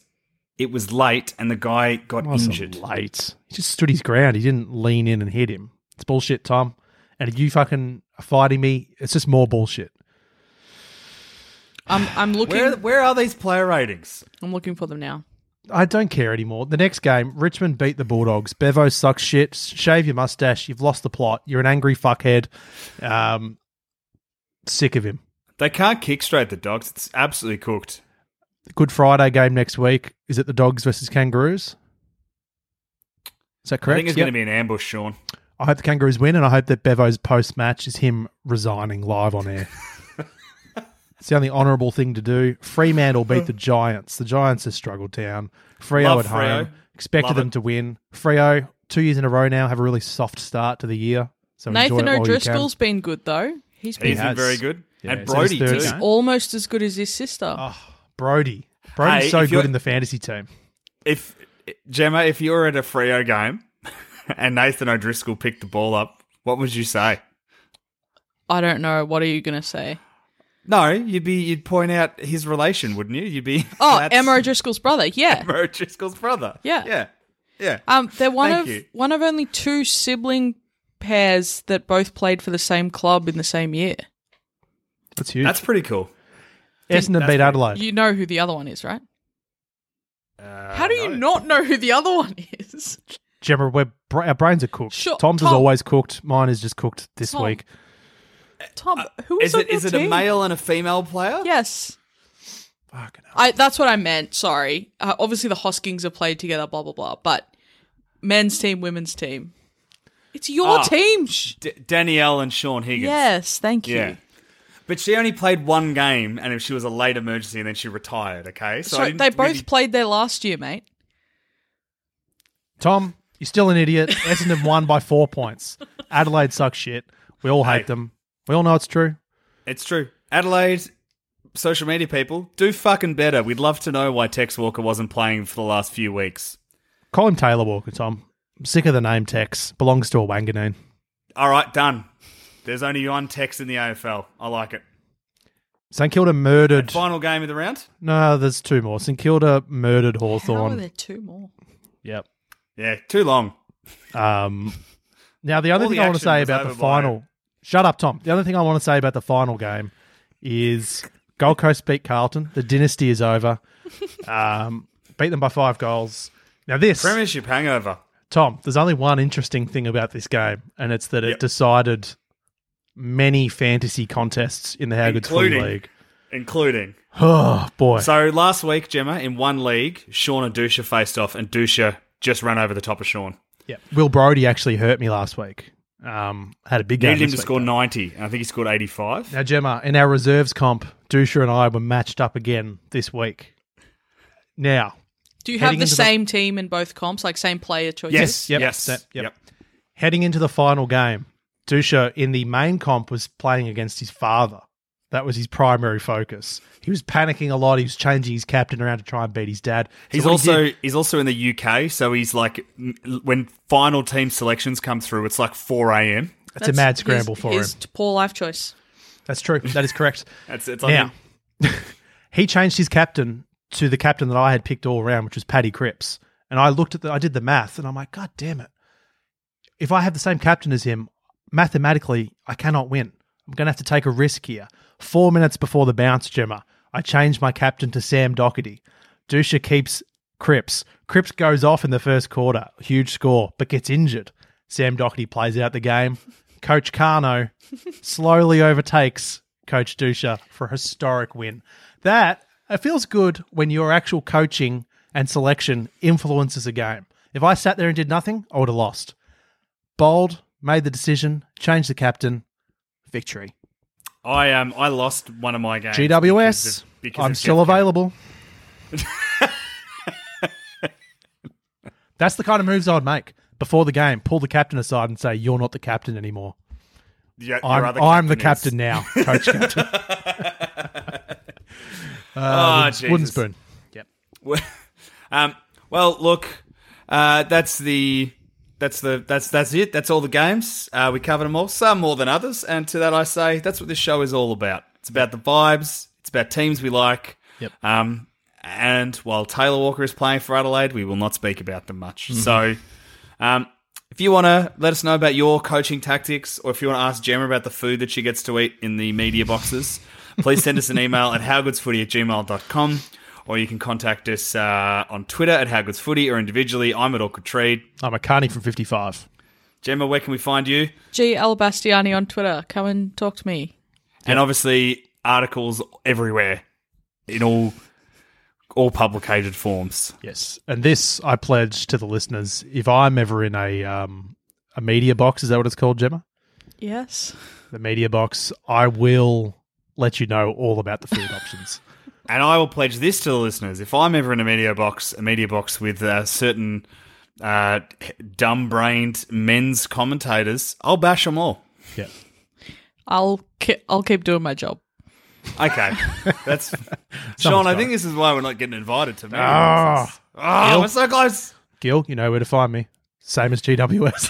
Speaker 4: it was late and the guy got
Speaker 5: Wasn't
Speaker 4: injured.
Speaker 5: Late. He just stood his ground. He didn't lean in and hit him. It's bullshit, Tom. And you fucking are fighting me. It's just more bullshit.
Speaker 2: I'm I'm looking.
Speaker 4: Where where are these player ratings?
Speaker 2: I'm looking for them now.
Speaker 5: I don't care anymore. The next game, Richmond beat the Bulldogs. Bevo sucks shit. Shave your mustache. You've lost the plot. You're an angry fuckhead. Um, sick of him.
Speaker 4: They can't kick straight the dogs. It's absolutely cooked.
Speaker 5: Good Friday game next week. Is it the dogs versus kangaroos? Is that
Speaker 4: I
Speaker 5: correct?
Speaker 4: think it's
Speaker 5: Yep.
Speaker 4: going to be an ambush, Sean.
Speaker 5: I hope the kangaroos win, and I hope that Bevo's post match is him resigning live on air. it's the only honourable thing to do. Fremantle beat the Giants. The Giants have struggled down. Freo at
Speaker 4: Love Freo.
Speaker 5: home. Expected
Speaker 4: Love
Speaker 5: them
Speaker 4: it.
Speaker 5: to win. Freo, two years in a row now, have a really soft start to the year. So enjoy
Speaker 2: Nathan
Speaker 5: it while you can.
Speaker 2: O'Driscoll's been good though. He's
Speaker 4: He's
Speaker 2: been
Speaker 4: been
Speaker 5: has.
Speaker 4: very good.
Speaker 5: Yeah,
Speaker 4: and
Speaker 5: it's in his
Speaker 4: Brody,
Speaker 5: third
Speaker 4: too.
Speaker 5: game.
Speaker 2: almost as good as his sister.
Speaker 4: Oh.
Speaker 5: Brody. Brody's
Speaker 4: Hey,
Speaker 5: so
Speaker 4: if you're-
Speaker 5: good in the fantasy team.
Speaker 4: If Gemma, if you were at a Frio game and Nathan O'Driscoll picked the ball up, what would you say?
Speaker 2: I don't know. What are you gonna say?
Speaker 4: No, you'd be you'd point out his relation, wouldn't you? You'd be
Speaker 2: Oh,
Speaker 4: that's
Speaker 2: Emma O'Driscoll's brother. Yeah.
Speaker 4: Emma O'Driscoll's brother.
Speaker 2: Yeah.
Speaker 4: yeah, yeah.
Speaker 2: Um, they're one
Speaker 4: Thank
Speaker 2: of
Speaker 4: you.
Speaker 2: one of only two sibling pairs that both played for the same club in the same year.
Speaker 5: That's huge.
Speaker 4: That's pretty cool.
Speaker 5: Essendon beat Adelaide.
Speaker 2: You know who the other one is, right?
Speaker 4: Uh,
Speaker 2: How do you not know who the other one is?
Speaker 5: Gemma, we're, bra- our brains are cooked.
Speaker 2: Sure,
Speaker 5: Tom's is
Speaker 2: Tom-
Speaker 5: always cooked. Mine is just cooked this
Speaker 2: Tom.
Speaker 5: week.
Speaker 2: Tom, who is,
Speaker 4: Uh, Is
Speaker 2: on
Speaker 4: it
Speaker 2: your
Speaker 4: is it a
Speaker 2: team?
Speaker 4: male and a female player?
Speaker 2: Yes. I, that's what I meant. Sorry. Uh, obviously, the Hoskings are played together. Blah blah blah. But men's team, women's team. It's your
Speaker 4: Ah.
Speaker 2: team. Sh-
Speaker 4: D- Danielle and Sean Higgins.
Speaker 2: yes. Thank you.
Speaker 4: Yeah. But she only played one game, and she was a late emergency, and then she retired. Okay,
Speaker 2: So,
Speaker 4: I didn't
Speaker 2: they both
Speaker 4: really-
Speaker 2: played there last year, mate.
Speaker 5: Tom, you're still an idiot. Essendon won by four points. Adelaide sucks shit. We all hate
Speaker 4: Hey.
Speaker 5: them. We all know it's true.
Speaker 4: It's true. Adelaide social media people do fucking better. We'd love to know why Tex Walker wasn't playing for the last few weeks.
Speaker 5: Call him Taylor Walker, Tom. I'm sick of the name Tex. Belongs to a Wanganeen.
Speaker 4: All right, done. There's only one Tex in the AFL. I like it.
Speaker 5: St Kilda murdered.
Speaker 4: Final game of the round.
Speaker 5: No, there's two more. St Kilda murdered
Speaker 2: How are there
Speaker 5: Hawthorn.
Speaker 2: two more?
Speaker 5: Yep.
Speaker 4: Yeah, too long.
Speaker 5: Um, now, the other
Speaker 4: All
Speaker 5: thing
Speaker 4: the
Speaker 5: I want to
Speaker 4: action
Speaker 5: say
Speaker 4: was
Speaker 5: about the
Speaker 4: over by-
Speaker 5: final. Shut up, Tom. The other thing I want to say about the final game is Gold Coast beat Carlton. The dynasty is over. Um, beat them by five goals. Now, this.
Speaker 4: Premiership hangover.
Speaker 5: Tom, there's only one interesting thing about this game, and it's that it decided many fantasy contests in the Howgoods Footy
Speaker 4: Including-
Speaker 5: League.
Speaker 4: Including.
Speaker 5: Oh boy!
Speaker 4: So last week, Gemma, in one league, Sean and Dusha faced off, and Dusha just ran over the top of Sean.
Speaker 5: yeah, Will Brody actually hurt me last week. Um, had a big game.
Speaker 4: Needed him
Speaker 5: this
Speaker 4: to
Speaker 5: week,
Speaker 4: score
Speaker 5: though.
Speaker 4: 90, and I think he scored 85.
Speaker 5: Now, Gemma, in our reserves comp, Dusha and I were matched up again this week. Now,
Speaker 2: Do you
Speaker 5: Heading
Speaker 2: have the
Speaker 5: into the-
Speaker 2: same team in both comps, like same player choices?
Speaker 4: Yes,
Speaker 5: Yep,
Speaker 4: yes,
Speaker 5: that- yep.
Speaker 4: yep.
Speaker 5: heading into the final game, Dusha in the main comp was playing against his father. That was his primary focus. He was panicking a lot. He was changing his captain around to try and beat his dad. So
Speaker 4: He's
Speaker 5: what he did-
Speaker 4: also he's also in the UK, so he's like m- when final team selections come through, it's like 4 a.m.
Speaker 5: It's a mad scramble
Speaker 2: his,
Speaker 5: for
Speaker 2: his
Speaker 5: him.
Speaker 2: Poor life choice.
Speaker 5: That's true. That is correct.
Speaker 4: It's it's like
Speaker 5: now, he changed his captain to the captain that I had picked all around, which was Paddy Cripps. And I looked at the, I did the math, and I'm like, God damn it! If I have the same captain as him, mathematically, I cannot win. I'm going to have to take a risk here. Four minutes before the bounce, Gemma, I changed my captain to Sam Doherty. Dusha keeps Cripps. Cripps goes off in the first quarter, huge score, but gets injured. Sam Doherty plays out the game. Coach Carno slowly overtakes Coach Dusha for a historic win. That it feels good when your actual coaching and selection influences a game. If I sat there and did nothing, I would have lost. Bold made the decision, changed the captain, victory.
Speaker 4: I um I lost one of my games. because
Speaker 5: GWS,
Speaker 4: of- because
Speaker 5: I'm
Speaker 4: of
Speaker 5: still
Speaker 4: Jeff Kennett.
Speaker 5: available. That's the kind of moves I'd make before the game. Pull the captain aside and say, "You're not the captain anymore.
Speaker 4: Yeah, your
Speaker 5: I'm,
Speaker 4: other
Speaker 5: I'm the captain
Speaker 4: captain is-
Speaker 5: now, coach captain." Uh,
Speaker 4: Oh,
Speaker 5: Wooden
Speaker 4: Jesus.
Speaker 5: spoon.
Speaker 4: um, well, look, uh, that's the that's the that's that's it. That's all the games. Uh, we covered them all, some more than others. And to that, I say that's what this show is all about. It's about the vibes. It's about teams we like.
Speaker 5: Yep.
Speaker 4: Um, and while Taylor Walker is playing for Adelaide, we will not speak about them much. So, um. If you want to let us know about your coaching tactics, or if you want to ask Gemma about the food that she gets to eat in the media boxes, please send us an email at howgoodsfooty at gmail.com, or you can contact us uh, on Twitter at howgoodsfooty, or individually, I'm at awkward trade.
Speaker 5: I'm a carney from 55.
Speaker 4: Gemma, where can we find you?
Speaker 2: G. Alabastiani on Twitter. Come and talk to me.
Speaker 4: And obviously, articles everywhere in all all publicated forms.
Speaker 5: Yes, and this I pledge to the listeners: if I'm ever in a um, a media box, is that what it's called, Gemma?
Speaker 2: Yes.
Speaker 5: The media box. I will let you know all about the food options.
Speaker 4: And I will pledge this to the listeners: if I'm ever in a media box, a media box with uh, certain uh, dumb-brained men's commentators, I'll bash them all.
Speaker 5: Yeah.
Speaker 2: I'll ki- I'll keep doing my job.
Speaker 4: Okay, that's Sean.
Speaker 5: Someone's
Speaker 4: I
Speaker 5: got
Speaker 4: think this is why we're not getting invited to media
Speaker 5: Ah.
Speaker 4: boxes. Oh, we're so close.
Speaker 5: Gil, you know where to find me. Same as GWS.